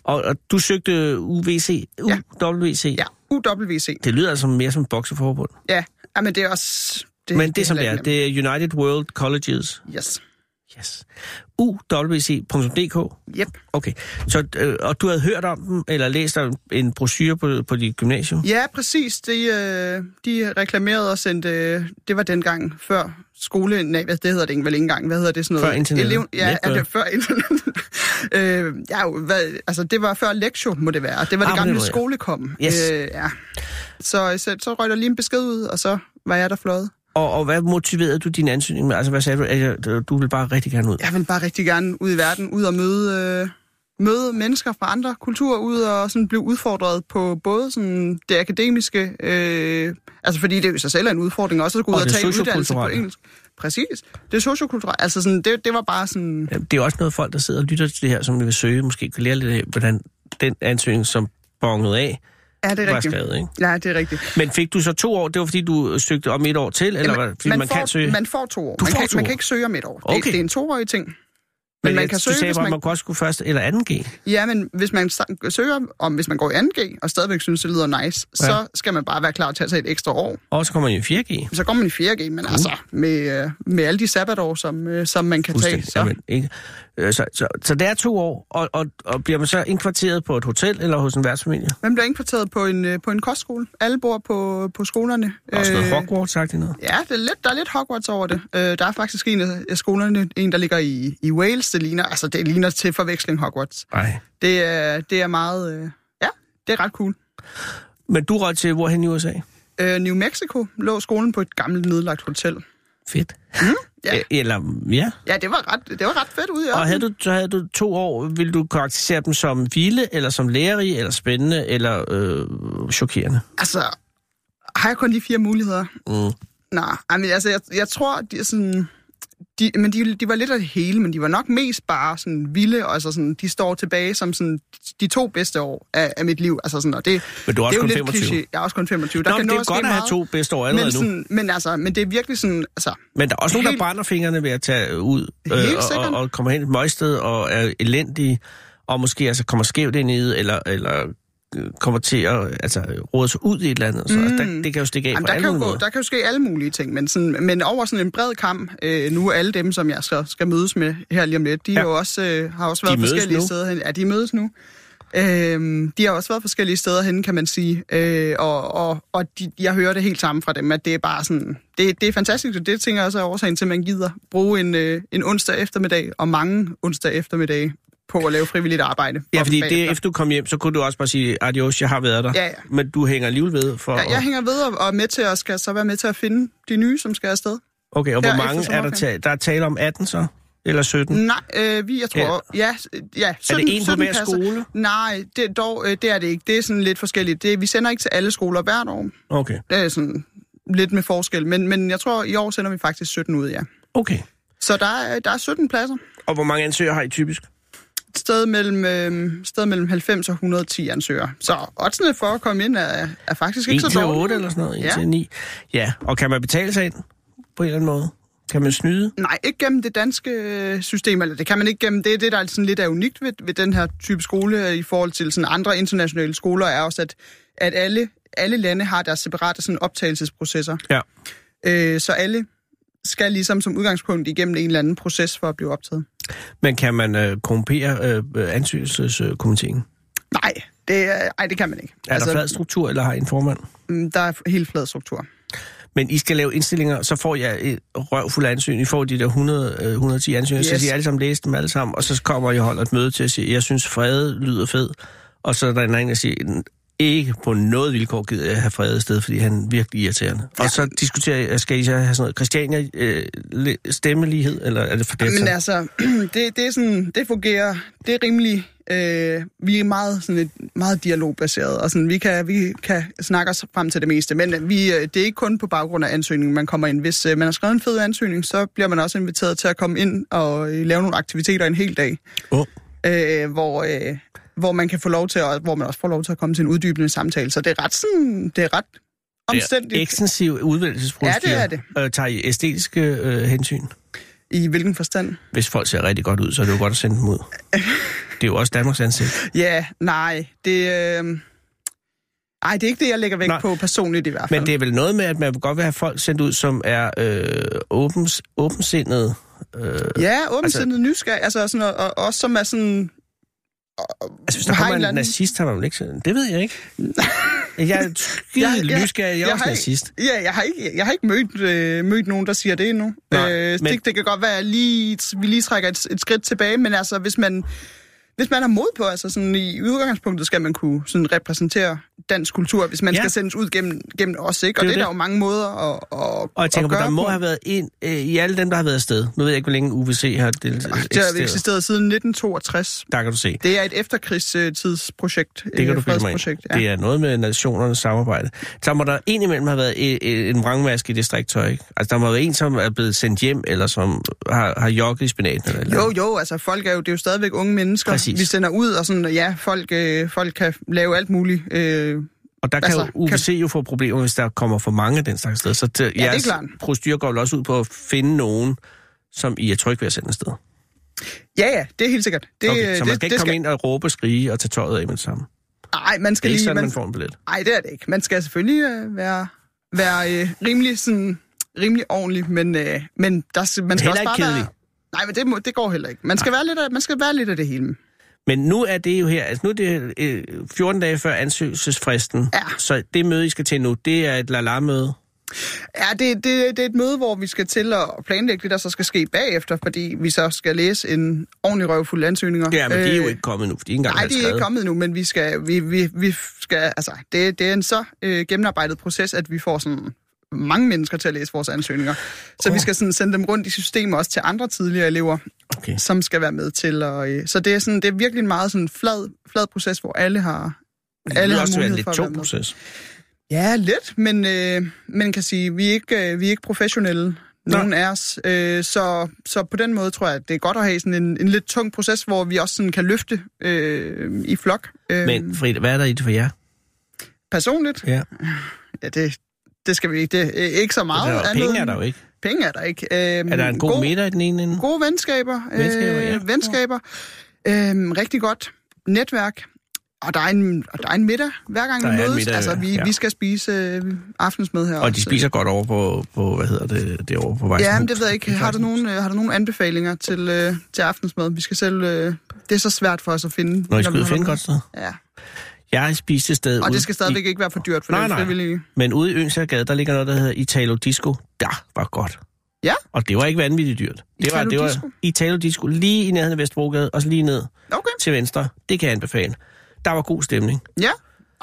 Og, og du søgte UVC, Ja. UWC. Ja, UWC. Det lyder altså mere som et bokseforbund. Ja, ja men det er også... Det, Men det, det som det heller er, ikke det er United World Colleges. nemt. Yes. Yes. UWC.dk. Yep. Okay. Så, øh, og du havde hørt om dem, eller læst om en brochure på, på dit gymnasium? Ja, præcis. De, øh, de reklamerede og sendte, øh, det var dengang før skole, nej, hvad, det hedder det ikke, vel ikke engang, hvad hedder det sådan noget? Før internettet. ja, Netfør. er det før internet? øh, ja, jo, hvad, altså det var før lektio, må det være. Det var Ah, på det den gamle måde, ja. skolekom. Yes. Øh, ja. så, så, så røg der lige en besked ud, og så var jeg der fløjet. Og, og hvad motiverede du din ansøgning med? Altså, hvad sagde du? At jeg- du ville bare rigtig gerne ud. Jeg vil bare rigtig gerne ud i verden, ud og møde... Øh, møde mennesker fra andre kulturer ud og sådan blive udfordret på både sådan det akademiske, øh, altså fordi det er jo i sig selv er en udfordring også at gå ud Og og, det tage en uddannelse på sociokulturelle. engelsk. Præcis. Det er sociokulturelt. Altså sådan, det, det var bare sådan... Jamen, Det er jo også noget, folk, der sidder og lytter til det her, som vi vil søge, måske kan lære lidt af, hvordan den ansøgning, som bongede af, Ja, det er var rigtigt. skrevet. Ikke? Ja, det er rigtigt. Men fik du så to år? Det var, fordi du søgte om et år til, eller hvad? fordi man, får, kan søge? Man får to år. Du man, får kan, to man år. kan ikke søge om et år. Okay. Det, det er en toårig ting. Men, Men man jeg- kan du søge, sagde hvis bare, man... man kunne også skulle først eller anden G. Ja, men hvis man sta- søger om, hvis man går i 2G, og stadigvæk synes, det lyder nice, Ja. ja. så skal man bare være klar til at tage et ekstra år. Og så kommer man i 4G. så går man i 4G, men altså med, øh, med alle de sabbatår, som, øh, som man kan tage. Fuldstændig. Så, Jamen, ikke? Øh, Så, så, så det er to år, og, og, og bliver man så indkvarteret på et hotel eller hos en værtsfamilie? man bliver indkvarteret på en, øh, på en kostskole. Alle bor på, på skolerne. Også noget Øh, Hogwarts, sagt noget. Ja, det er lidt, der er lidt Hogwarts over det. Øh, der er faktisk en af af skolerne, en der ligger i, i Wales. Det ligner, altså, det ligner til forveksling Hogwarts. Nej. Det er, det er meget... Øh, ja, det er ret cool. Men du røg til hvorhen i USA? Øh, New Mexico lå skolen på et gammelt nedlagt hotel. Fedt. Ja, Øh, Eller, ja. ja det, var ret, det var ret fedt ude i Og havde ørkenen. du, så havde du to år, ville du karakterisere dem som vilde, eller som lærerige, eller spændende, eller øh, chokerende? Altså, har jeg kun de fire muligheder? Mm. Nej, men altså, jeg, jeg tror, de er sådan... de, men de, de var lidt af det hele, men de var nok mest bare sådan vilde, og altså sådan, de står tilbage som sådan, de to bedste år af, af mit liv. Altså sådan, og det, Men du er også det er kun jo 25. Kliché. Jeg er også kun 25. Nå, men det nå er ske godt at have meget. to bedste år allerede men, nu. sådan, men, altså, men det er virkelig sådan, altså, Men der er også nogen, Helt- der brænder fingrene ved at tage ud øh, Helt og, sikkert. og, og kommer hen et møgsted og er elendige, og måske altså kommer skævt ind i det, eller, eller øh, kommer til at altså, råde sig ud i et eller andet. Så mm. altså, der, det kan jo stikke af Jamen, på der, alle kan jo mulige gå, måder. der kan jo ske alle mulige ting, men, sådan, men over sådan en bred kamp, øh, nu er alle dem, som jeg skal, skal mødes med her lige om lidt, de Ja. ja. jo også, øh, har også De været mødes forskellige nu. steder hen. Ja, de mødes nu. Øhm, de har også været forskellige steder hen, kan man sige. Øh, og og, og de, jeg hører det helt sammen fra dem, at det er bare sådan... Det, det er fantastisk, og det tænker jeg også er årsagen til, at man gider bruge en, øh, en onsdag eftermiddag, og mange onsdag eftermiddage, på at lave frivilligt arbejde. Ja, Og fordi det, bagefter. efter du kom hjem, så kunne du også bare sige, adios, jeg har været der. Ja, ja. Men du hænger alligevel ved for... Ja, jeg at- hænger ved og, og er med til at skal så være med til at finde de nye, som skal afsted. Okay, og hvor her mange efter er der, sommerferien. ta- der er tale om? 18 så? Eller 17? Mm. Nej, øh, vi, jeg tror, ja, ja, ja 17, en på 17 hver pladser. skole? Nej, det, dog, øh, det er det ikke. Det er sådan lidt forskelligt. Det, vi sender ikke til alle skoler hvert år. Okay. Det er sådan lidt med forskel, men, men jeg tror, i år sender vi faktisk 17 ud, ja. okay. Så der er, der er 17 pladser. Og hvor mange ansøgere har I typisk? Et sted mellem, øh, sted mellem 90 og 110 ansøgere. Så oddsene for at komme ind er, er faktisk 1 ikke så til dårlige. 8 eller sådan noget? 1 Ja. til 9? Ja, og kan man betale sig ind på en eller anden måde? Kan man snyde? Nej, ikke gennem det danske øh, system, eller det kan man ikke gennem. Det er det, der er sådan lidt er unikt ved, ved den her type skole øh, i forhold til sådan andre internationale skoler, er også, at, at alle, alle lande har deres separate sådan optagelsesprocesser. Ja. Øh, så alle skal ligesom som udgangspunkt igennem en eller anden proces for at blive optaget. Men kan man øh, korrumpere øh, øh, ansøgelseskomiteen? Nej, det, er- ej, det kan man ikke. Er altså, der flad struktur, eller har I en formand? mm, der er helt flad struktur. Men I skal lave indstillinger, så får jeg et røvfuld ansøgning. I får de der 100, øh, 110 ansøgninger, yes. så Yes. siger I alle sammen, læse dem alle sammen, og så kommer I og holder et møde til at sige, jeg synes fred lyder fed. Og så er der en anden, der siger, ikke på noget vilkår gider jeg have fred sted, fordi han er virkelig irriterende. Ja. Og så diskuterer jeg, skal I så have sådan noget Christiania øh, le- stemmelighed, eller er det for det? Men altså, det, det, er sådan, det fungerer, det er rimelig, øh, vi er meget, sådan et, meget dialogbaseret, og sådan, vi, kan, vi kan snakke os frem til det meste, men vi, øh, det er ikke kun på baggrund af ansøgningen, man kommer ind. Hvis øh, man har skrevet en fed ansøgning, så bliver man også inviteret til at komme ind og øh, lave nogle aktiviteter en hel dag, oh. øh, hvor, øh, hvor man kan få lov til, at, hvor man også får lov til at komme til en uddybende samtale, så det er ret, sådan, det er ret Ja, omstændigt. ekstensiv udvælgelsesprocedure. Ja, det Øh, tager I æstetiske øh, hensyn? I hvilken forstand? Hvis folk ser rigtig godt ud, så er det jo godt at sende dem ud. Det er jo også Danmarks ansigt. Ja, nej, det... Øh... Ej, det er ikke det, jeg lægger vægt Nej. nej. på personligt i hvert fald. Men det er vel noget med, at man godt vil have folk sendt ud, som er øh, åbens, åbensindede. Øh, Ja, åbensindet altså... nysgerrig, altså sådan, og, og også som er sådan... altså, hvis der Har en kommer en eller anden... anden- nazist, har man vel ikke sendt Det ved jeg ikke. jeg er skide Jeg- jeg- nysgerrig, jeg er også har nazist. Ikke, ja, jeg har ikke, jeg har ikke mødt, øh, mødt nogen, der siger det endnu. Nej, øh, men- det, det kan godt være, at jeg lige, vi lige trækker et, et skridt tilbage, men altså, hvis man, hvis man har mod på, altså sådan i udgangspunktet skal man kunne sådan repræsentere dansk kultur, hvis man Ja. ja. skal sendes ud gennem, gennem os, ikke? Og Det er det, det det. er der jo mange måder at, at, Og jeg tænker at på, gøre der må have været en øh, i alle dem, der har været afsted. Nu ved jeg ikke, hvor længe UVC har del- Det har eksisteret. eksisteret siden 1962. Der kan du se. Det er et efterkrigstidsprojekt. Det kan du finde mig i. ja. Det er noget med nationernes samarbejde. Så må der indimellem have været e- e- en vrangmaske i det striktøj, ikke? Altså, der må have været en, som er blevet sendt hjem, eller som har, har jogget i spinaten. Eller et eller Jo, andet. jo, altså folk er jo, det er jo stadigvæk unge mennesker, Præcis. vi sender ud, og sådan, ja, folk, øh, folk kan lave alt muligt. Øh, Og der kan altså, altså, jo UVC jo få problemer, hvis der kommer for mange af den slags sted. Så det, ja, er jeres klart. procedur går vel også ud på at finde nogen, som I er trygge ved at sende afsted. ja, ja, det er helt sikkert. Det, øh, okay, så man det, skal ikke komme ind og råbe, skrige og tage tøjet af med det samme. Det Nej, man er skal ikke lige... sådan, man Man, får en billet. nej, det er det ikke. Man skal selvfølgelig øh, være, være øh, rimelig, sådan, rimelig ordentlig, men, øh, men der, skal- man skal Heller også bare ikke kedelig. være... Nej, men det, må, det går heller ikke. Man skal, være lidt af, man skal være lidt af det hele. Men nu er det jo her, altså nu er det øh, 14 dage før ansøgelsesfristen, Ja. så det møde, I skal til nu, det er et lala-møde. Ja, det, det, det er et møde, hvor vi skal til at planlægge det, der så skal ske bagefter, fordi vi så skal læse en ordentlig røvfuld ansøgninger. Ja, men øh, de er jo Øh, ikke altså, kommet nu, for de er ikke engang Nej, blevet de er ikke skrevet. kommet nu, men vi skal, vi, vi, vi skal, altså, det, det er en så øh, gennemarbejdet proces, at vi får sådan mange mennesker til at læse vores ansøgninger. Så oh. vi skal sådan sende dem rundt i systemet også til andre tidligere elever, Okay. som skal være med til. Og, øh, så det er, sådan, det er virkelig en meget sådan flad, flad proces, hvor alle har, alle Det er har også være en mulighed lidt for at tung være med. proces. Ja, lidt, men øh, man kan sige, vi er ikke, øh, vi er ikke professionelle nogen af os. Øh, så, så på den måde tror jeg, at det er godt at have sådan en, en lidt tung proces, hvor vi også sådan kan løfte øh, i flok. Øh, Men Frida, hvad er der i det for jer? Personligt, Ja. ja, det, det skal vi ikke. Det, øh, ikke så meget. Altså, andet penge er end- der jo ikke. Penge er der ikke. Øh, Er der en god, god middag i den ene ende? Gode venskaber. Venskaber, Venskaber, ja. øh, venskaber. Øh, rigtig godt netværk. Og der er en, og der er en middag hver gang Der er vi en mødes. middag, altså, vi, ja. ja. vi skal spise øh, aftensmad her. Og de så- spiser godt over på, på hvad hedder det, det over på vej. Ja, men det ved jeg ikke. Har du nogen, øh, har du nogen anbefalinger til, øh, til aftensmad? Vi skal selv... Øh, det er så svært for os at finde. Når I vi skal ud og holder finde med. godt sted. Ja, Jeg spiste et sted og ude det skal stadigvæk i, ikke være for dyrt for Nej, det nej. frivillige. Men ude i Yngsagergade, der ligger noget, der hedder Italo Disco. Der var godt. Ja. Og det var ikke vanvittigt dyrt. Det var, Italo det var Disco? Italo Disco lige i nærheden af Vestbrogade, og så lige ned Okay. til venstre. Det kan jeg anbefale. Der var god stemning. Ja.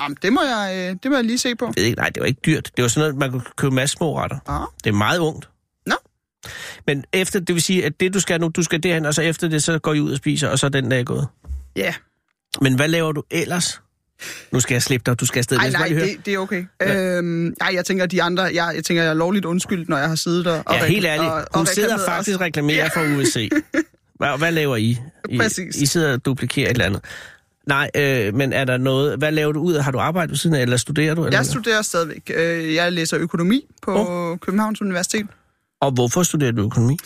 Jamen, det må jeg, øh, det må jeg lige se på. Jeg ved ikke, nej, det var ikke dyrt. Det var sådan noget, man kunne købe en masse små retter. Ah. Det er meget ungt. Nå. Men efter, det vil sige, at det du skal nu, du skal derhen, og så efter det, så går I ud og spiser, og så er den dag gået. Ja. Men hvad laver du ellers? Nu skal jeg slippe dig, du skal afsted. Ej, Jeg skal nej, bare lige høre. det, det er okay. Øhm, ej, jeg tænker, de andre... Jeg, jeg tænker, jeg er lovligt undskyldt, når jeg har siddet der. Og Ja, helt ærligt. og- og Hun sidder reklameret faktisk os. og reklamerer for USC. Hvad, hvad laver I? I? Præcis. I sidder og duplikerer et eller andet. Nej, øh, men er der noget... Hvad laver du ud af? Har du arbejdet ved siden af, eller studerer du? Eller? Jeg studerer stadigvæk. Øh, Jeg læser økonomi på oh. Københavns Universitet. og hvorfor studerer du økonomi?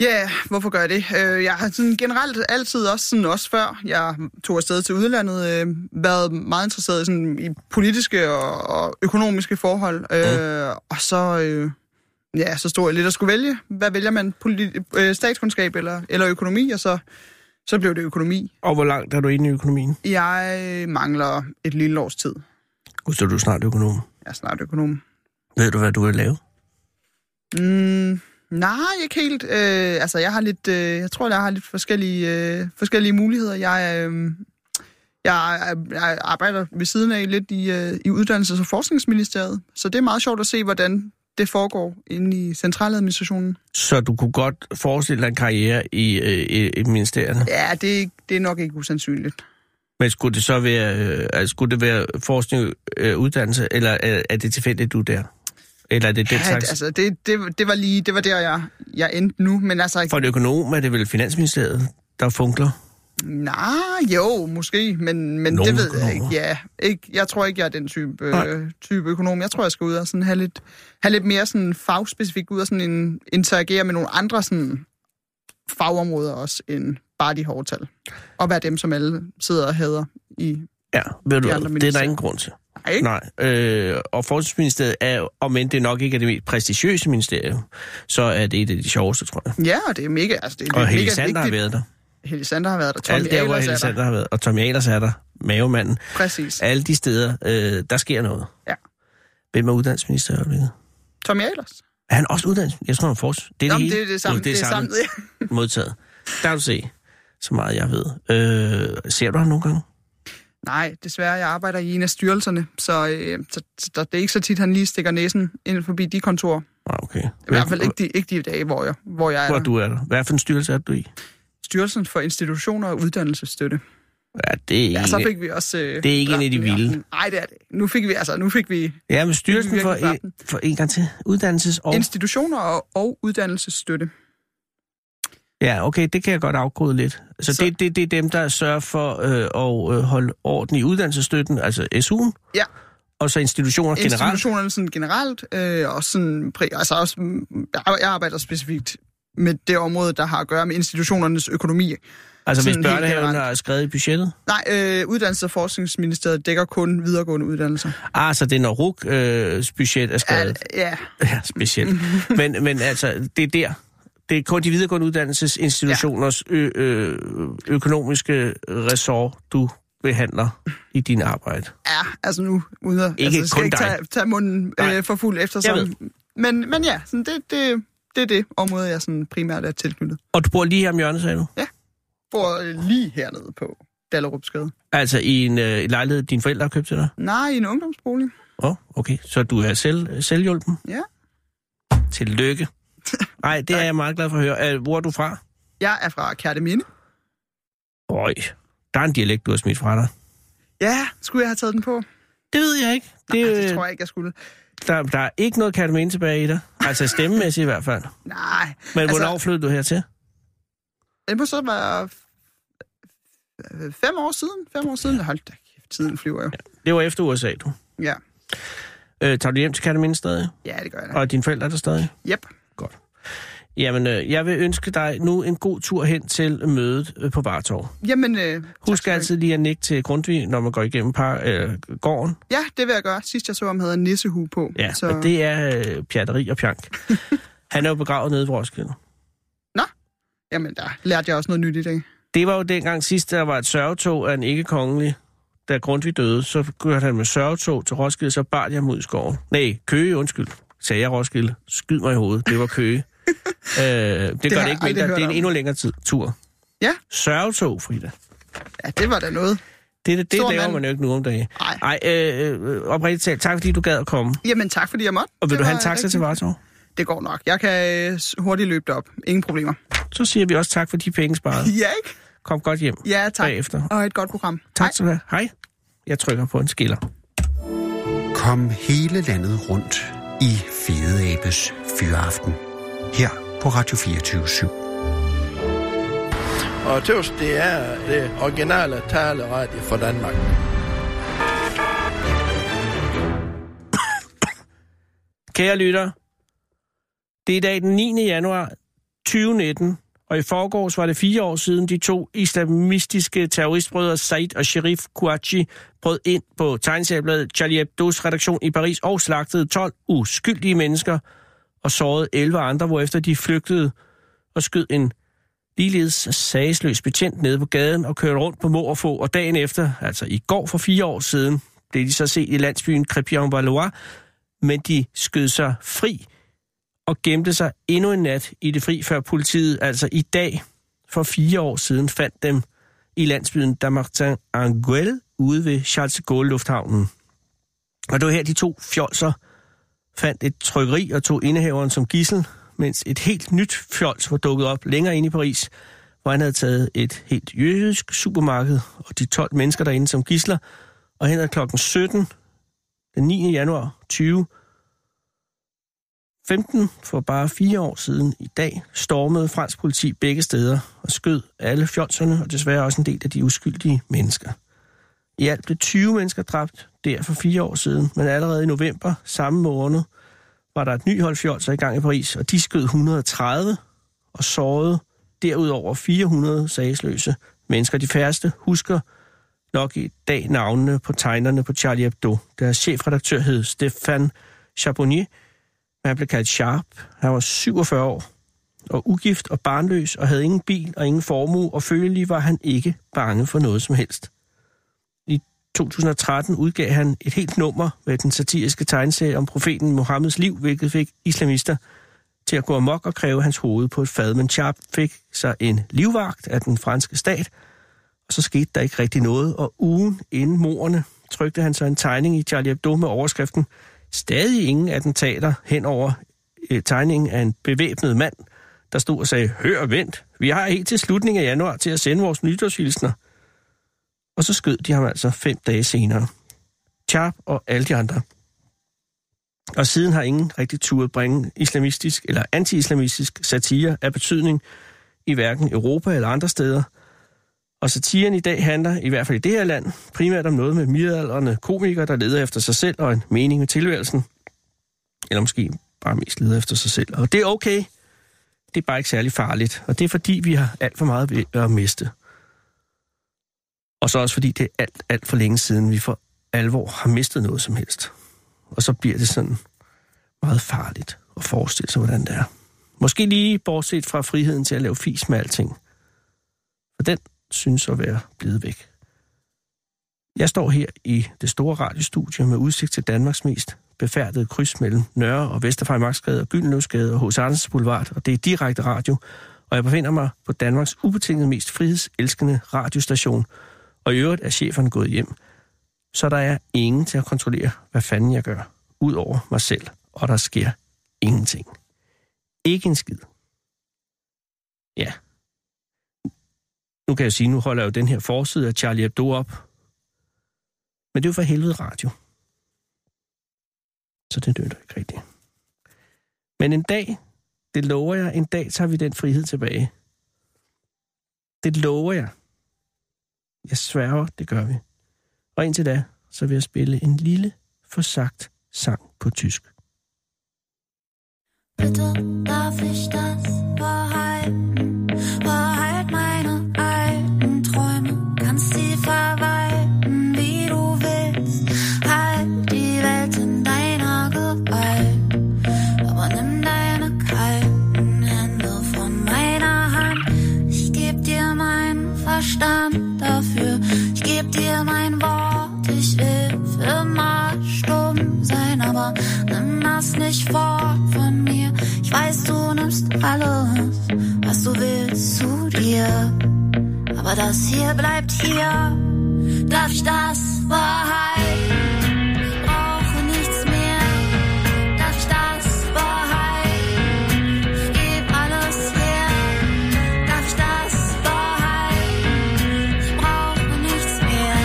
Ja, yeah, hvorfor gør jeg det? Øh, Jeg har sådan generelt altid, også, sådan også før jeg tog afsted til udlandet, øh, været meget interesseret i sådan, i politiske og, og økonomiske forhold. Øh, Og så, øh, ja, så stod jeg lidt og skulle vælge. Hvad vælger man? Politi- øh, statskundskab eller, eller økonomi? Og så, så blev det økonomi. Og hvor langt er du inde i økonomien? Jeg mangler et lille års tid. Gud, så er du snart økonom. Jeg er snart økonom. Ved du, hvad du vil lave? Mm, nej, ikke helt. Øh, altså, jeg har lidt, øh, jeg tror, jeg har lidt forskellige, øh, forskellige muligheder. Jeg, øh, jeg, jeg arbejder ved siden af lidt i, øh, i Uddannelses- og Forskningsministeriet, så det er meget sjovt at se, hvordan det foregår inde i centraladministrationen. Så du kunne godt forestille dig en karriere i, øh, i, i ministerierne? Ja, det, er ikke- det er nok ikke usandsynligt. Men skulle det så være, øh, altså, skulle det være forskning, øh, uddannelse, eller øh, er det tilfældigt, du er der? Eller er det den ja, slags? altså, det, det, det, var lige, det var der, jeg, jeg endte nu, men altså, For en økonom er det vel Finansministeriet, der funkler? Nej, jo, måske, men, men Nogle det ved økonomer. jeg ikke. Ja, ikke. Jeg tror ikke, jeg er den type, Nej. øh, type økonom. Jeg tror, jeg skal ud og sådan have, lidt, have lidt mere sådan fagspecifikt ud og sådan en, interagere med nogle andre sådan fagområder også, end bare de hårde tal. Og være dem, som alle sidder og hader i. Ja, ved du, De hvad, det er andre der ministerier. ingen grund til. Nej, ikke? Nej, øh, og Forskningsministeriet er, jo- om end det nok ikke er det mest prestigiøse ministerium, så er det et af de sjoveste, tror jeg. Ja, og det er mega, altså det er Og mega Helge Sander har vigtigt. været der. Helge Sander har været der. Tommy Alt der, hvor Ahlers Helge er der. Sander har været. Og Tommy Ahlers er der. Mavemanden. Præcis. Alle de steder, øh, der sker noget. Ja. Hvem er uddannelsesminister i øjeblikket? Tommy Ahlers. Er han også uddannet? Jeg tror, han er forsk. Det er Nå, det, men hele. det er det samme. Jo, det er samme. Ja. Modtaget. Der kan du se, så meget jeg ved. Øh, ser du ham nogle gange? Nej, desværre, jeg arbejder i en af styrelserne, så, øh, så, så der- det er ikke så tit, han lige stikker næsen ind forbi de kontorer. Ah, okay. I hvert fald ikke de, ikke de dage, hvor jeg, hvor jeg er Hvor der. du er der. Hvad for en styrelse er du i? Styrelsen for Institutioner og Uddannelsesstøtte. Ja, det er Ja, så en- fik vi også... Øh, det er ikke en af de drabten i vilde. aften. Nej, det er det. ikke. Nu fik vi altså, nu fik vi Ja, men Styrelsen Det er for, virkelig en, for en gang til uddannelses og... institutioner og, og uddannelsesstøtte. Ja, okay, det kan jeg godt afkode lidt. Så, Så- Det, det, det er dem, der sørger for øh, at øh, holde orden i uddannelsesstøtten, altså SU'en, Ja. og så institutioner generelt. Institutionerne sådan generelt, øh, og sådan, pri- altså også, mm, jeg jeg arbejder specifikt med det område, der har at gøre med institutionernes økonomi. Altså hvis sådan helt børnehaven generelt. har skrevet i budgettet. Nej, øh, Uddannelses- og Forskningsministeriet dækker kun videregående uddannelser. Ah, så det er når RUK øh, budget er skrevet. Ja, ja, Ja, specielt. men, men altså, det er der. Det er kun de videregående uddannelsesinstitutioners ø- ø- økonomiske ressort, du behandler i din arbejde. ja, altså nu ude at- Ikke altså, jeg skal kun ikke dig. tage, tage munden Nej. øh, for fuld efter Jeg sådan. Men, men ja, sådan det, det, det er det område, jeg sådan primært er tilknyttet. Og du bor lige her om hjørnet, sagde du? Bor øh, lige hernede på Dallerupsgade. Altså i en øh, lejlighed, dine forældre har købt til dig? Nej, i en ungdomsbolig. Åh, oh, okay. Så du er selv, selvhjulpen? Ja. Tillykke. Nej, det er jeg meget glad for at høre. Øh, Hvor er du fra? Jeg er fra Kærteminde. Øj, der er en dialekt, du har smidt fra dig. Ja, skulle jeg have taget den på? Det ved jeg ikke. Nej, det tror jeg ikke, jeg skulle. Der, der er ikke noget katamine tilbage i dig. Altså stemmemæssigt i hvert fald. Nej. Men altså, Altså- hvornår flyttede du hertil? Det må så være f- fem år siden. Fem år siden. Hold da kæft, tiden flyver jo. Det var efter USA, du. Ja, Øh, tager du hjem til katamine stadig? ja det gør jeg da. Og dine forældre er der stadig? Yep. Godt. Jamen, øh, jeg vil ønske dig nu en god tur hen til mødet øh, på Bartov. Jamen, øh, tak Husk skal du have. altid lige at nikke til Grundtvig, når man går igennem par, øh, gården. Ja, det vil jeg gøre. Sidst jeg så ham, havde han nissehue på. Ja, så... så... og det er øh, pjatteri og pjank. Han er jo begravet nede i Roskilde. Jamen, der lærte jeg også noget nyt i dag. Det var jo dengang sidst, der var et sørgetog af en ikke-kongelig. Da Grundtvig døde, så kørte han med sørgetog til Roskilde, så bar jeg ham ud i skoven. Nej, Køge, undskyld. Sagde jeg Roskilde. Skyd mig i hovedet. Det var Køge. øh, det, det gør har det jeg ikke aldrig mindre. Det hørt er en om. endnu længere tid, tur. Ja. Sørgetog, Frida. Ja, det var da noget. Det, det, det Stor laver mand. man jo ikke nu om dagen. Nej. Nej, øh, øh, oprigtigt talt. Tak fordi du gad at komme. Jamen, tak fordi jeg måtte. Og vil Det du have var en taxa rigtig- til Vartov? Det går nok. Jeg kan øh, s- hurtigt løbe derop. Ingen problemer. Så siger vi også tak for de penge sparet. Ja, ikke? Kom godt hjem Ja, tak. bagefter. Og et godt program. Hej. Tak skal du have. Hej. Jeg trykker på en skiller. Kom hele landet rundt i Fede Abes Fyraften. Her på Radio 24 /7. Og tøvs, det er det originale taleradio for Danmark. Kære lytter, det er i dag den 9. januar 2019, og i forgårs var det fire år siden, de to islamistiske terroristbrødre Said og Sherif Kouachi brød ind på tegnseriebladet Charlie Hebdo's redaktion i Paris og slagtede 12 uskyldige mennesker og sårede 11 andre, hvorefter de flygtede og skød en ligeledes sagesløs betjent nede på gaden og kørte rundt på må og få, og dagen efter, altså i går for fire år siden, blev de så set i landsbyen Crépy-en-Valois, men de skød sig fri og gemte sig endnu en nat i det fri, før politiet altså i dag for fire år siden fandt dem i landsbyen Damartin Anguel ude ved Charles de Gaulle Lufthavnen. Og det var her, de to fjolser fandt et trykkeri og tog indehaveren som gissel, mens et helt nyt fjols var dukket op længere ind i Paris, hvor han havde taget et helt jødisk supermarked og de 12 mennesker derinde som gisler, og hen ad klokken 17 den 9. januar 2015, for bare fire år siden i dag, stormede fransk politi begge steder og skød alle fjolserne og desværre også en del af de uskyldige mennesker. I alt blev 20 mennesker dræbt der for fire år siden, men allerede i november samme måned var der et ny hold fjolser i gang i Paris, og de skød 130 og sårede derudover 400 sagsløse mennesker. De færreste husker nok i dag navnene på tegnerne på Charlie Hebdo. Deres chefredaktør hed Stefan Charbonnier, men han blev kaldt Sharp. Han var 47 år og ugift og barnløs og havde ingen bil og ingen formue, og følgelig var han ikke bange for noget som helst. I 2013 udgav han et helt nummer med den satiriske tegneserie om profeten Mohammeds liv, hvilket fik islamister til at gå amok og kræve hans hoved på et fad, men Sharp fik sig en livvagt af den franske stat, og så skete der ikke rigtig noget, og ugen inden morerne trykte han så en tegning i Charlie Hebdo med overskriften Stadig ingen attentater hen over øh, tegningen af en bevæbnet mand, der stod og sagde, hør og vent, vi har helt til slutningen af januar til at sende vores nytårshilsner. Og så skød de ham altså fem dage senere. Sharp og alle de andre. Og siden har ingen rigtig turde bringe islamistisk eller anti-islamistisk satire af betydning i hverken Europa eller andre steder, og satiren i dag handler, i hvert fald i det her land, primært om noget med middelalderne komikere, der leder efter sig selv og en mening med tilværelsen. Eller måske bare mest leder efter sig selv. Og det er okay. Det er bare ikke særlig farligt. Og det er fordi, vi har alt for meget ved at miste. Og så også fordi, det er alt, alt for længe siden, vi for alvor har mistet noget som helst. Og så bliver det sådan meget farligt at forestille sig, hvordan det er. Måske lige bortset fra friheden til at lave fis med alting. For den synes at være blevet væk. Jeg står her i det store radiostudie med udsigt til Danmarks mest befærdede kryds mellem Nørre og Vesterfejmarksgade og Gyldenløvsgade og H.C. Andersens Boulevard, og det er direkte radio, og jeg befinder mig på Danmarks ubetinget mest frihedselskende radiostation, og i øvrigt er cheferne gået hjem, så der er ingen til at kontrollere, hvad fanden jeg gør, ud over mig selv, og der sker ingenting. Ikke en skid. Ja, nu kan jeg sige, nu holder jeg jo den her forside af Charlie Hebdo op. Men det er jo for helvede radio. Så det nytter ikke rigtigt. Men en dag, det lover jeg, en dag tager vi den frihed tilbage. Det lover jeg. Jeg sværger, det gør vi. Og indtil da, så vil jeg spille en lille, forsagt sang på tysk. Bitte darf ich das behalten? Behalt meine alten Träume, kannst sie verwalten, wie du willst. Halt die Welt in deiner Gewalt, aber nimm deine kalten Hände von meiner Hand. Ich geb dir meinen Verstand dafür, ich geb dir mein Wort, ich will für immer stumm sein, aber nimm das nicht fort von mir. Ich weiß, du nimmst alles, was du willst zu dir, aber das hier bleibt hier. Darf ich das behalten? Ich brauche nichts mehr. Darf ich das behalten? Ich geb alles her. Darf ich das behalten? Ich brauche nichts mehr.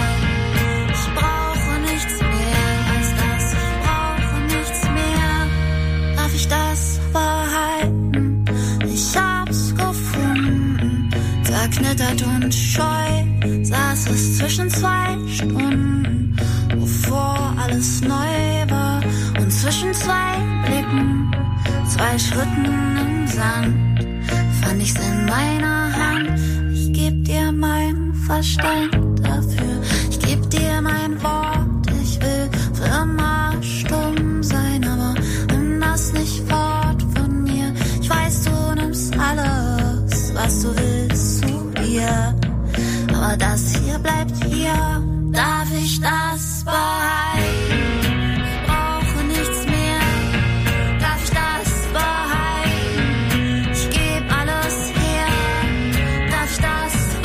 Ich brauche nichts mehr als das. Ich brauche nichts mehr. Darf ich das behalten? Ich hab's gefunden. Zerknittert und scheu saß es zwischen zwei Stunden, wovor alles neu war. Und zwischen zwei Blicken, zwei Schritten im Sand fand ich's in meiner Hand. Ich geb dir meinen Verstand dafür. Ich geb dir mein Wort. Ich will für immer stumm sein, aber nimm das nicht fort von mir. Ich weiß, du nimmst alles, was du willst zu dir. Aber das hier bleibt hier. Darf ich das behalten? Ich brauche nichts mehr. Darf ich das behalten? Ich geb alles her, darf ich das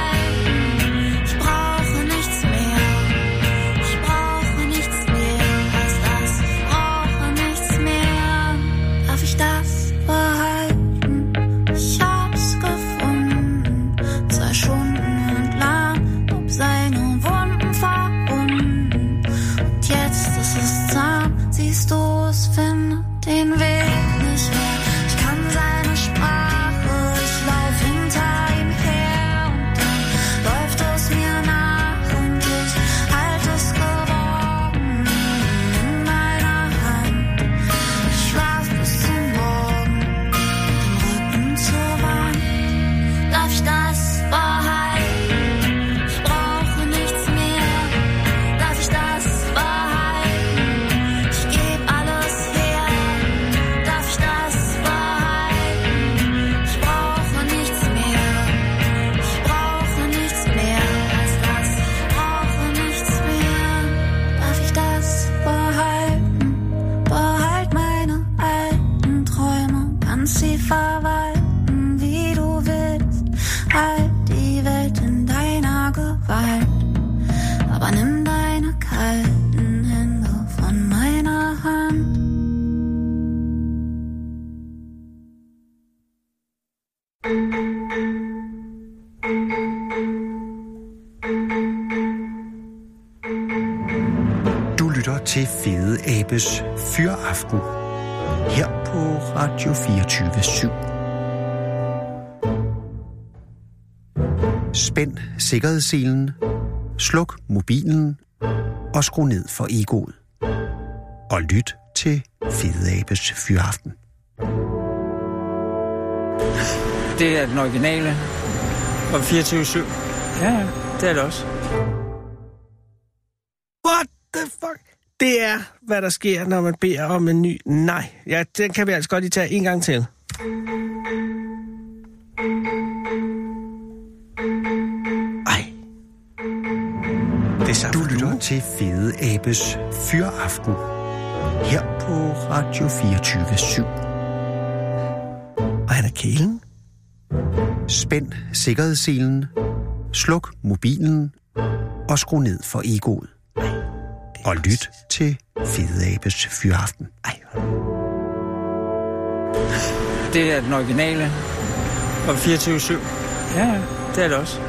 behalten? Ich brauche nichts mehr. Ich brauche nichts mehr als das. Ich brauche nichts mehr. Darf ich das behalten? Ich hab's gefunden. Zwei Stunden und lang, ob seine Wunden verbunden. Und jetzt ist es zahm, siehst du, es findet den Weg nicht mehr. Ich kann seine Sprache, ich lauf hinter ihm her und dann läuft es mir nach und ich halt es geworden in meiner Hand. Ich schlaf bis zum Morgen, den Rücken zur Wand. Darf ich das behalten? Ich brauche nichts mehr. Darf ich das behalten? Ich geb alles her. Darf ich das behalten? Ich brauche nichts mehr. Ich brauche nichts mehr als das. Ich brauche nichts mehr. Darf ich das behalten? Behalt meine alten Träume. Kannst sie verwalten, wie du willst. Halt die Welt in deiner Gewalt. Aber nimm deine kalten Hände von meiner Hand. Du lytter til Fede Abes Fyraften her på Radio 24 Spænd sikkerhedsselen, sluk mobilen og skru ned for egoet. Og lyt til Fede Abes Fyraften. Det er den originale. Og 24-7. Ja, ja. Det er det også. What the fuck? Det er, hvad der sker, når man beder om en ny... Nej, ja, den kan vi altså godt lige tage en gang til. Ej. Det er så Du lytter til Fede Abes Fyraften her på Radio 24 Og han er kælen. Spænd sikkerhedsselen, sluk mobilen og skru ned for egoet. Og lyt til Fede Abes Fyraften. Ej, hold Det er den originale. Og 24-7. Ja, ja. Det er det også.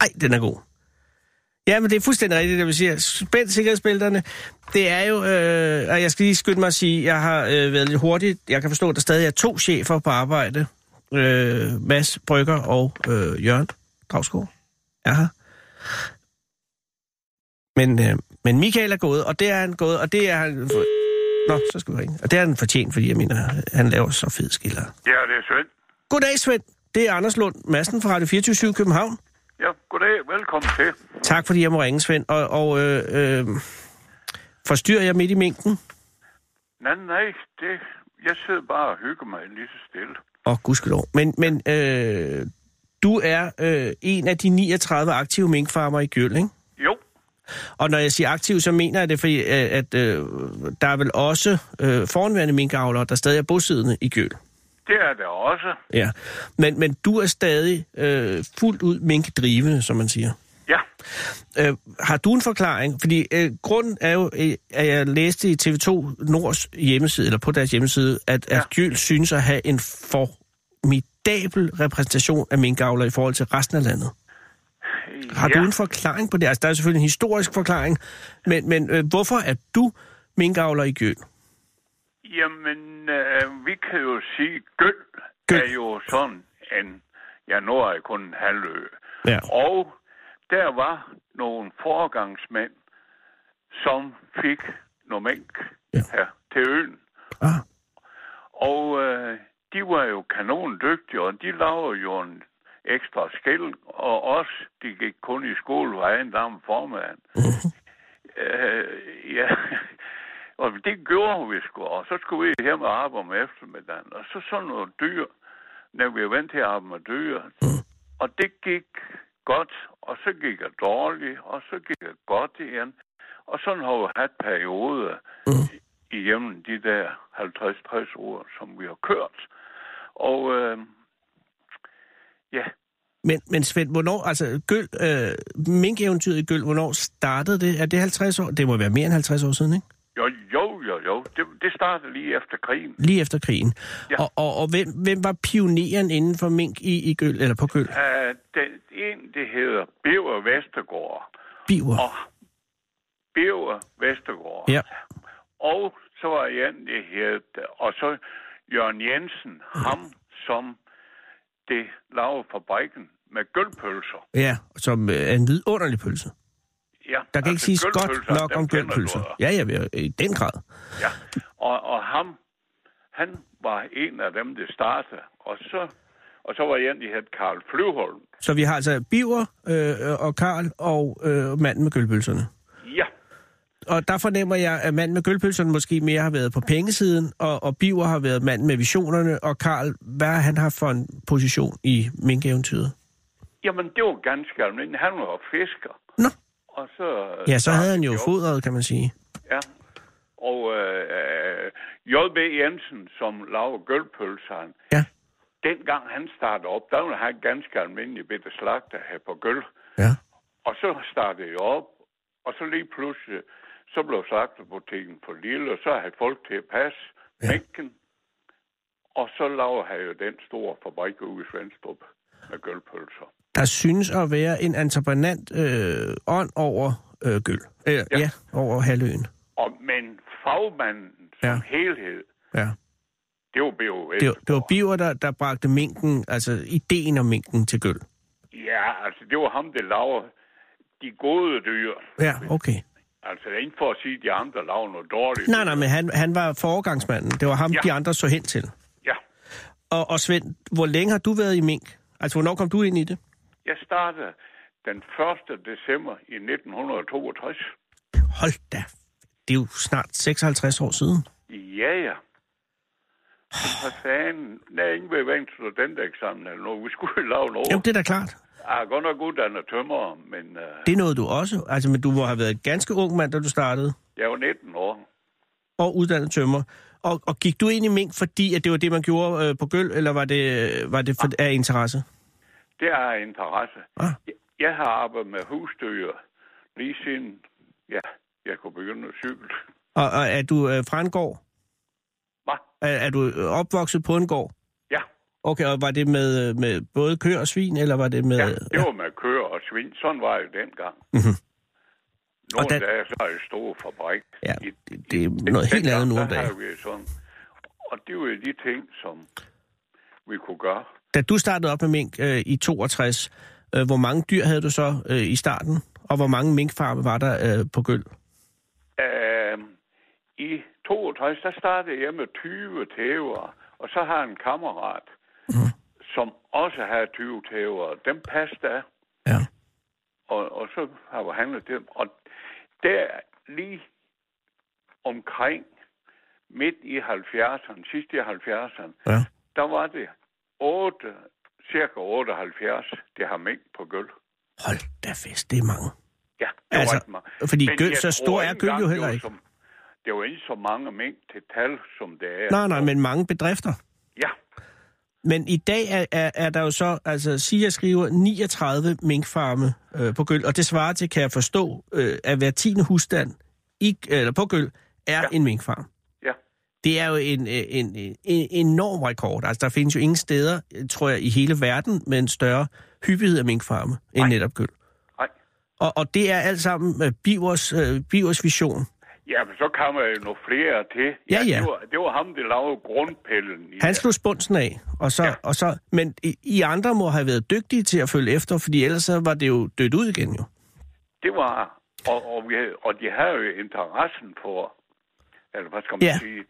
Ej, den er god. Ja, men det er fuldstændig rigtigt, det vi siger. Spænd sikkerhedsbælterne. Det er jo, øh, og jeg skal lige skynde mig at sige, jeg har øh, været lidt hurtig. Jeg kan forstå, at der stadig er to chefer på arbejde. Øh, Mads Brygger og øh, Jørgen Dragsgaard er her. Men, øh, men Michael er gået, og det er han gået, og det er han... For... Nå, så skal vi ringe. Og det er han fortjent, fordi jeg mener, han laver så fed skiller. Ja, det er Svend. Goddag, Svend. Det er Anders Lund Madsen fra Radio 24 København. Ja, goddag. Velkommen til. Tak, fordi jeg må ringe, Svend. Og, og øh, øh, forstyrrer jeg midt i mængden? Nej, nej, det... Jeg sidder bare og hygger mig lige så stille. Åh, oh, gudskelov. Men, men øh, du er øh, en af de 39 aktive minkfarmer i Gjøl, ikke? Jo, Og når jeg siger aktiv, så mener jeg det, fordi øh, at, øh, der er vel også øh, foranværende minkavlere, der stadig er bosiddende i Gjøl. det er der også. Ja. Men, men du er stadig øh, fuldt ud minkdrivende, som man siger. Ja, Øh, har du en forklaring? Fordi øh, grunden er jo, øh, at jeg læste i TV2 Nords hjemmeside, eller på deres hjemmeside, at, ja. at Gjøl synes at have en formidabel repræsentation af minkavler i forhold til resten af landet. Har ja. du en forklaring på det? Altså, der er selvfølgelig en historisk forklaring, men, men øh, hvorfor er du minkavler i Gjøl? Jamen, øh, vi kan jo sige, gøl Gøl. er jo sådan en... Ja, nu er jeg kun en halvø. Ja. Og der var nogle forgangsmænd, som fik nogle mink Ja. ja. her til øen. Ah, Og øh, de var jo kanondygtige, og de lavede jo en ekstra skæld, og os, de gik kun i skole, var en dam formand. Mhm. Øh, ja. Og det gjorde vi sgu, og så skulle vi hjem og arbejde om eftermiddagen. Og så sådan noget dyr, når vi var vant til at arbejde med dyr. Og det gik godt, og så gik det dårligt, og så gik det godt igen. Og sådan har vi haft perioder igennem de der 50-60 år, som vi har kørt. Og øh, ja, Men, men Svend, hvornår, altså Gøl, øh, minkeventyret i Gøl, hvornår startede det? Er det 50 år? Det må være mere end 50 år siden, ikke? jo, jo, jo, jo. Det, det startede lige efter krigen. Lige efter krigen. Ja. Ja. Og, og, og hvem, hvem var pioneren inden for mink i, i Gøl, eller på Gøl? Uh, den, en, det hedder Bever Vestergaard. Biver. Og Bever Vestergaard. Ja. Og så var Jan, det hed, og så Jørgen Jensen, ham som det lavede fabrikken med gølpølser. Ja, som øh, er en vidunderlig pølse. Ja, altså, Der kan ikke siges godt gølpølser, nok dem om kender du, gølpølser. Ja, ja, vi er- i den grad. Ja, og, og ham, han var en af dem, det startede. Og så, og så var jeg egentlig hed Karl Flyholm. Så vi har altså Biver øh, og Karl og øh, manden med gølpølserne. Ja, Og der fornemmer jeg, at manden med gølpølserne måske mere har været på pengesiden, og, og Biver har været manden med visionerne, og Karl, hvad har han har for en position i minkeventyret? jamen det var ganske almindeligt. Han var fisker. Nå. Og så, Ja, så havde han jo Jo. fodret, kan man sige. ja. Og øh, øh, J.B. Jensen, som lavede gølpølseren, Ja. dengang han startede op, der var han ganske almindelig bitte slagter her på gøl. Ja. Og så startede jeg op, og så lige pludselig, så blev slagterbutikken for lille, og så havde folk til at passe ja. mængden. Og så lavede han jo den store fabrik ude i Svendstrup med gølpølser. Der synes at være en entreprenant øh, ånd over øh, gøl. Øh, ja. ja, over halvøen. Og, men fagmanden Ja. som ja. helhed, Ja. det var B.O.S. Det, var- det var Biver, der, der bragte minken, altså ideen om minken til gøl. Ja, altså det var ham, der lavede de gode dyr. Ja, okay. Altså det er ikke for at sige, at de andre lavede noget dårligt. Nej, nej, men han, han var foregangsmanden. Det var ham, ja. Ja. de andre så hen til. Ja, Og, og Svend, hvor længe har du været i mink? Altså, hvornår kom du ind i det? jeg startede den 1. december i 1962. Hold da. Det er jo snart 56 år siden. Ja, ja. For fanden, der er ingen ved hverken studentereksamen eller noget. Vi skulle lave noget. Jamen, det er da klart. Jeg er godt nok uddannet tømrer, men øh, Det nåede du også. Altså, men du må have været ganske ung mand, da du startede. jeg var 19 år. og uddannet tømmer. Og, og gik du ind i mink, fordi at det var det, man gjorde øh, på gøl, eller var det, øh, var det for, af interesse? Det er interesse. Ah. Jeg- Jeg har arbejdet med husdyr lige siden, ja, jeg kunne begynde at cykle. Og, og er du øh, fra en gård? Hva? Er, er du øh, opvokset på en gård? Ja, Okay, og var det med, øh, med både køer og svin, eller var det med... ja, det var med køer og svin. Sådan var jeg jo dengang. Nogle Og der- dage, så er det store fabrik. Ja, I- det- det er noget helt dengang, andet nu der om dagen. havde vi sådan, og det var jo de ting, som vi kunne gøre. Da du startede op med mink øh, i 62, øh, hvor mange dyr havde du så øh, i starten? Og hvor mange minkfarme var der øh, på gøl? Øh, I 62, der startede jeg med 20 tæver, og så har jeg en kammerat, Mhm. mm. som også har 20 tæver. Dem passede af, Ja. og, og så har vi handlet dem. Og der lige omkring midt i 70'erne, sidst i 70'erne, Ja. der var det 8, cirka 78, det har mink på gulv. Hold da fest, det er mange. Ja, det Altså, var rigtig mange. fordi Men Gøl- jeg så tror stor er ikke Gøl jo engang, heller det ikke. var Som, det var ikke så mange mængde til tal, som det er. Nej, nej, men mange bedrifter. Ja, Men i dag er, er, er der jo så, altså siger skriver, 39 minkfarme øh, på gøl, og det svarer til, kan jeg forstå, øh, at hver tiende husstand i, eller på gøl er ja. Ja. en minkfarm. ja, Det er jo en, øh, en, en, en enorm rekord. Altså, der findes jo ingen steder, øh, tror jeg, i hele verden med en større hyppighed af minkfarme end Nej. netop gøl. nej. Og, og det er alt sammen øh, Bivers, øh, Bivers vision. Ja, men så kommer jo nogle flere til. Ja, ja. Det var, det var ham, der lavede grundpillen. i Han det. slog spunsen af, og så, ja. Ja. og så, men I- I andre må have været dygtige til at følge efter, fordi ellers så var det jo dødt ud igen jo. Det var, og, og, vi, havde- og de havde jo interessen for, eller hvad skal man Ja. sige,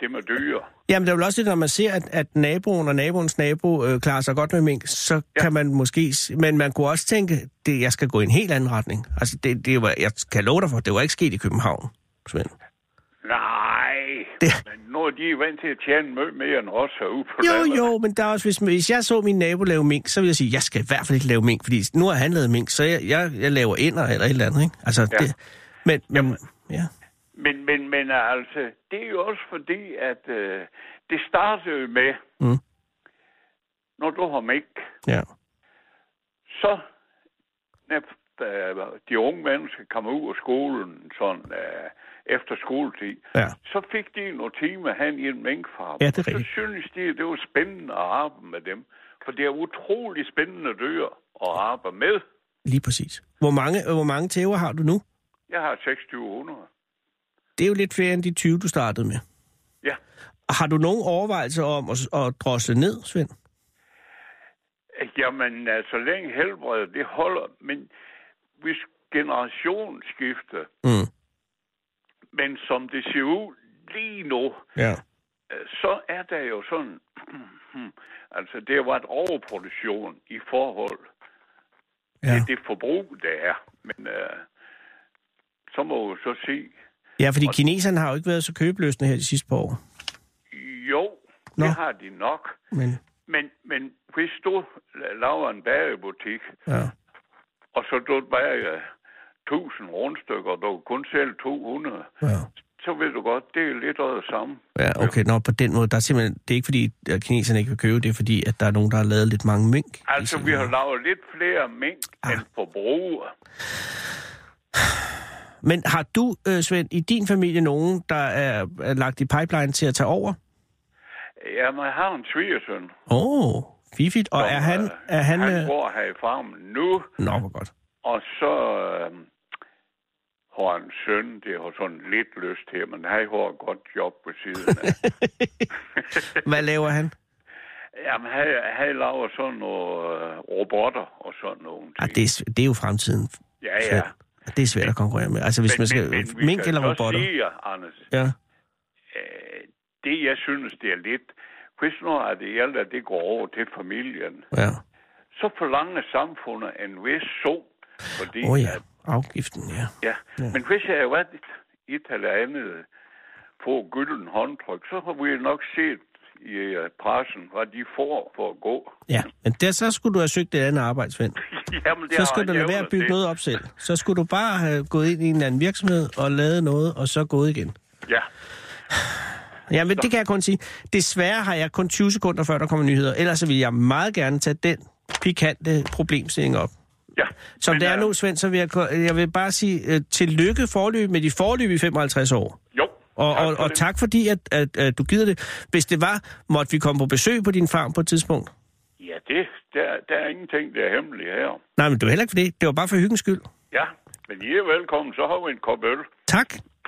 det med dyr. Jamen, der er vel også det, når man ser, at, at naboen og naboens nabo øh, klarer sig godt med mink, så ja. kan man måske... s- Men man kunne også tænke, det, jeg skal gå i en helt anden retning. Altså, det, det var, jeg kan love dig for, det var ikke sket i København, Svend. Nej, Det- men nu er de vant til at tjene meget mere end os herude på Jo, landet. jo, men der er også, hvis, hvis jeg så min nabo lave mink, så ville jeg sige, jeg skal i hvert fald ikke lave mink, fordi nu har han lavet mink, så jeg, jeg, jeg laver ender eller et eller andet, ikke? Altså, ja. Ja. det, men, men, ja. Men, men, men altså, det er jo også fordi, at øh, det startede jo med, Mm. når du har mink, ja. så når øh, de unge mennesker kom ud af skolen sådan, øh, efter skoletid, Ja. så fik de nogle timer hen i en minkfarm. Ja, det er Og så rigtigt. synes de, at det var spændende at arbejde med dem. For det er utrolig spændende dyr at arbejde med. Lige præcis. Hvor mange, øh, hvor mange tæver har du nu? Jeg har 2600. Det er jo lidt flere end de 20, du startede med. Ja. Har du nogen overvejelser om at, at drosle ned, Svend? Jamen, øh, så længe helbredet, det holder. Men hvis generationsskifte, Mm. men som det ser ud lige nu, Ja. øh, så er der jo sådan... altså, det har været overproduktion i forhold ja. Ja. til det forbrug, der er. Men øh, så må vi så se. ja, fordi kineserne har jo ikke været så købeløsende her de sidste par år. Jo, Nå. Nå. det har de nok. Men, Men, men hvis du laver en bagebutik, ja. og så du bager 1000 rundstykker, og du kan kun sælge 200, ja. så ved du godt, det er lidt af det samme. Ja, okay. Nå, på den måde, der er simpelthen, det er ikke fordi, at kineserne ikke vil købe, det er fordi, at der er nogen, der har lavet lidt mange mink. i Altså, siden vi her. har lavet lidt flere mængd Ah. ah. end forbrugere. Men har du, øh, Svend, i din familie nogen, der er, er lagt i pipeline til at tage over? Jamen, jeg har en svigersøn. Åh, oh, fifigt. Og som, er han... øh, Er han, han øh, går her i farmen nu, Nå, hvor godt. og så øh, har han en søn, det har sådan lidt lyst til, men han har et godt job på siden af. Hvad laver han? Jamen, han, han laver sådan nogle øh, robotter og sådan nogle Ah, ting. det, er, sv- det er jo fremtiden. ja, ja. Svend. Ah, Det er svært at konkurrere med. Altså, hvis man skal... vi mink kan eller så robotter? Sige, Anders, Ja. øh, det jeg synes, det er lidt... Hvis nu er det ældre, det går over til familien, Ja. så forlanger samfundet en vis sum, fordi Åh oh, ja. at Afgiften, ja. Ja, men hvis jeg havde været et eller andet på gylden håndtryk, så har vi nok set i øh, pressen, hvad de får for at gå. Ja, men der, så skulle du have søgt et andet arbejde, Svend. Jamen, det Så har skulle du jeg lade være at jævnet bygge det. noget op selv. Så skulle du bare have gået ind i en eller anden virksomhed og lavet noget, og så gået igen. Ja, Ja, men det kan jeg kun sige. Desværre har jeg kun 20 sekunder, før der kommer nyheder. Ellers så vil jeg meget gerne tage den pikante problemstilling op. ja. Som Men, det er øh, nu, Svend, så vil jeg, ko- jeg vil bare sige øh, tillykke forløb med de forløb i 55 år. Jo, Og, tak og, for og det. tak fordi, at, at, at du gider det. Hvis det var, måtte vi komme på besøg på din farm på et tidspunkt? Ja, det, der, der er ingenting, der er hemmeligt her. Nej, men det var heller ikke for det. Det var bare for hyggens skyld. Ja, Men I er velkommen, så har vi en kop øl. Tak.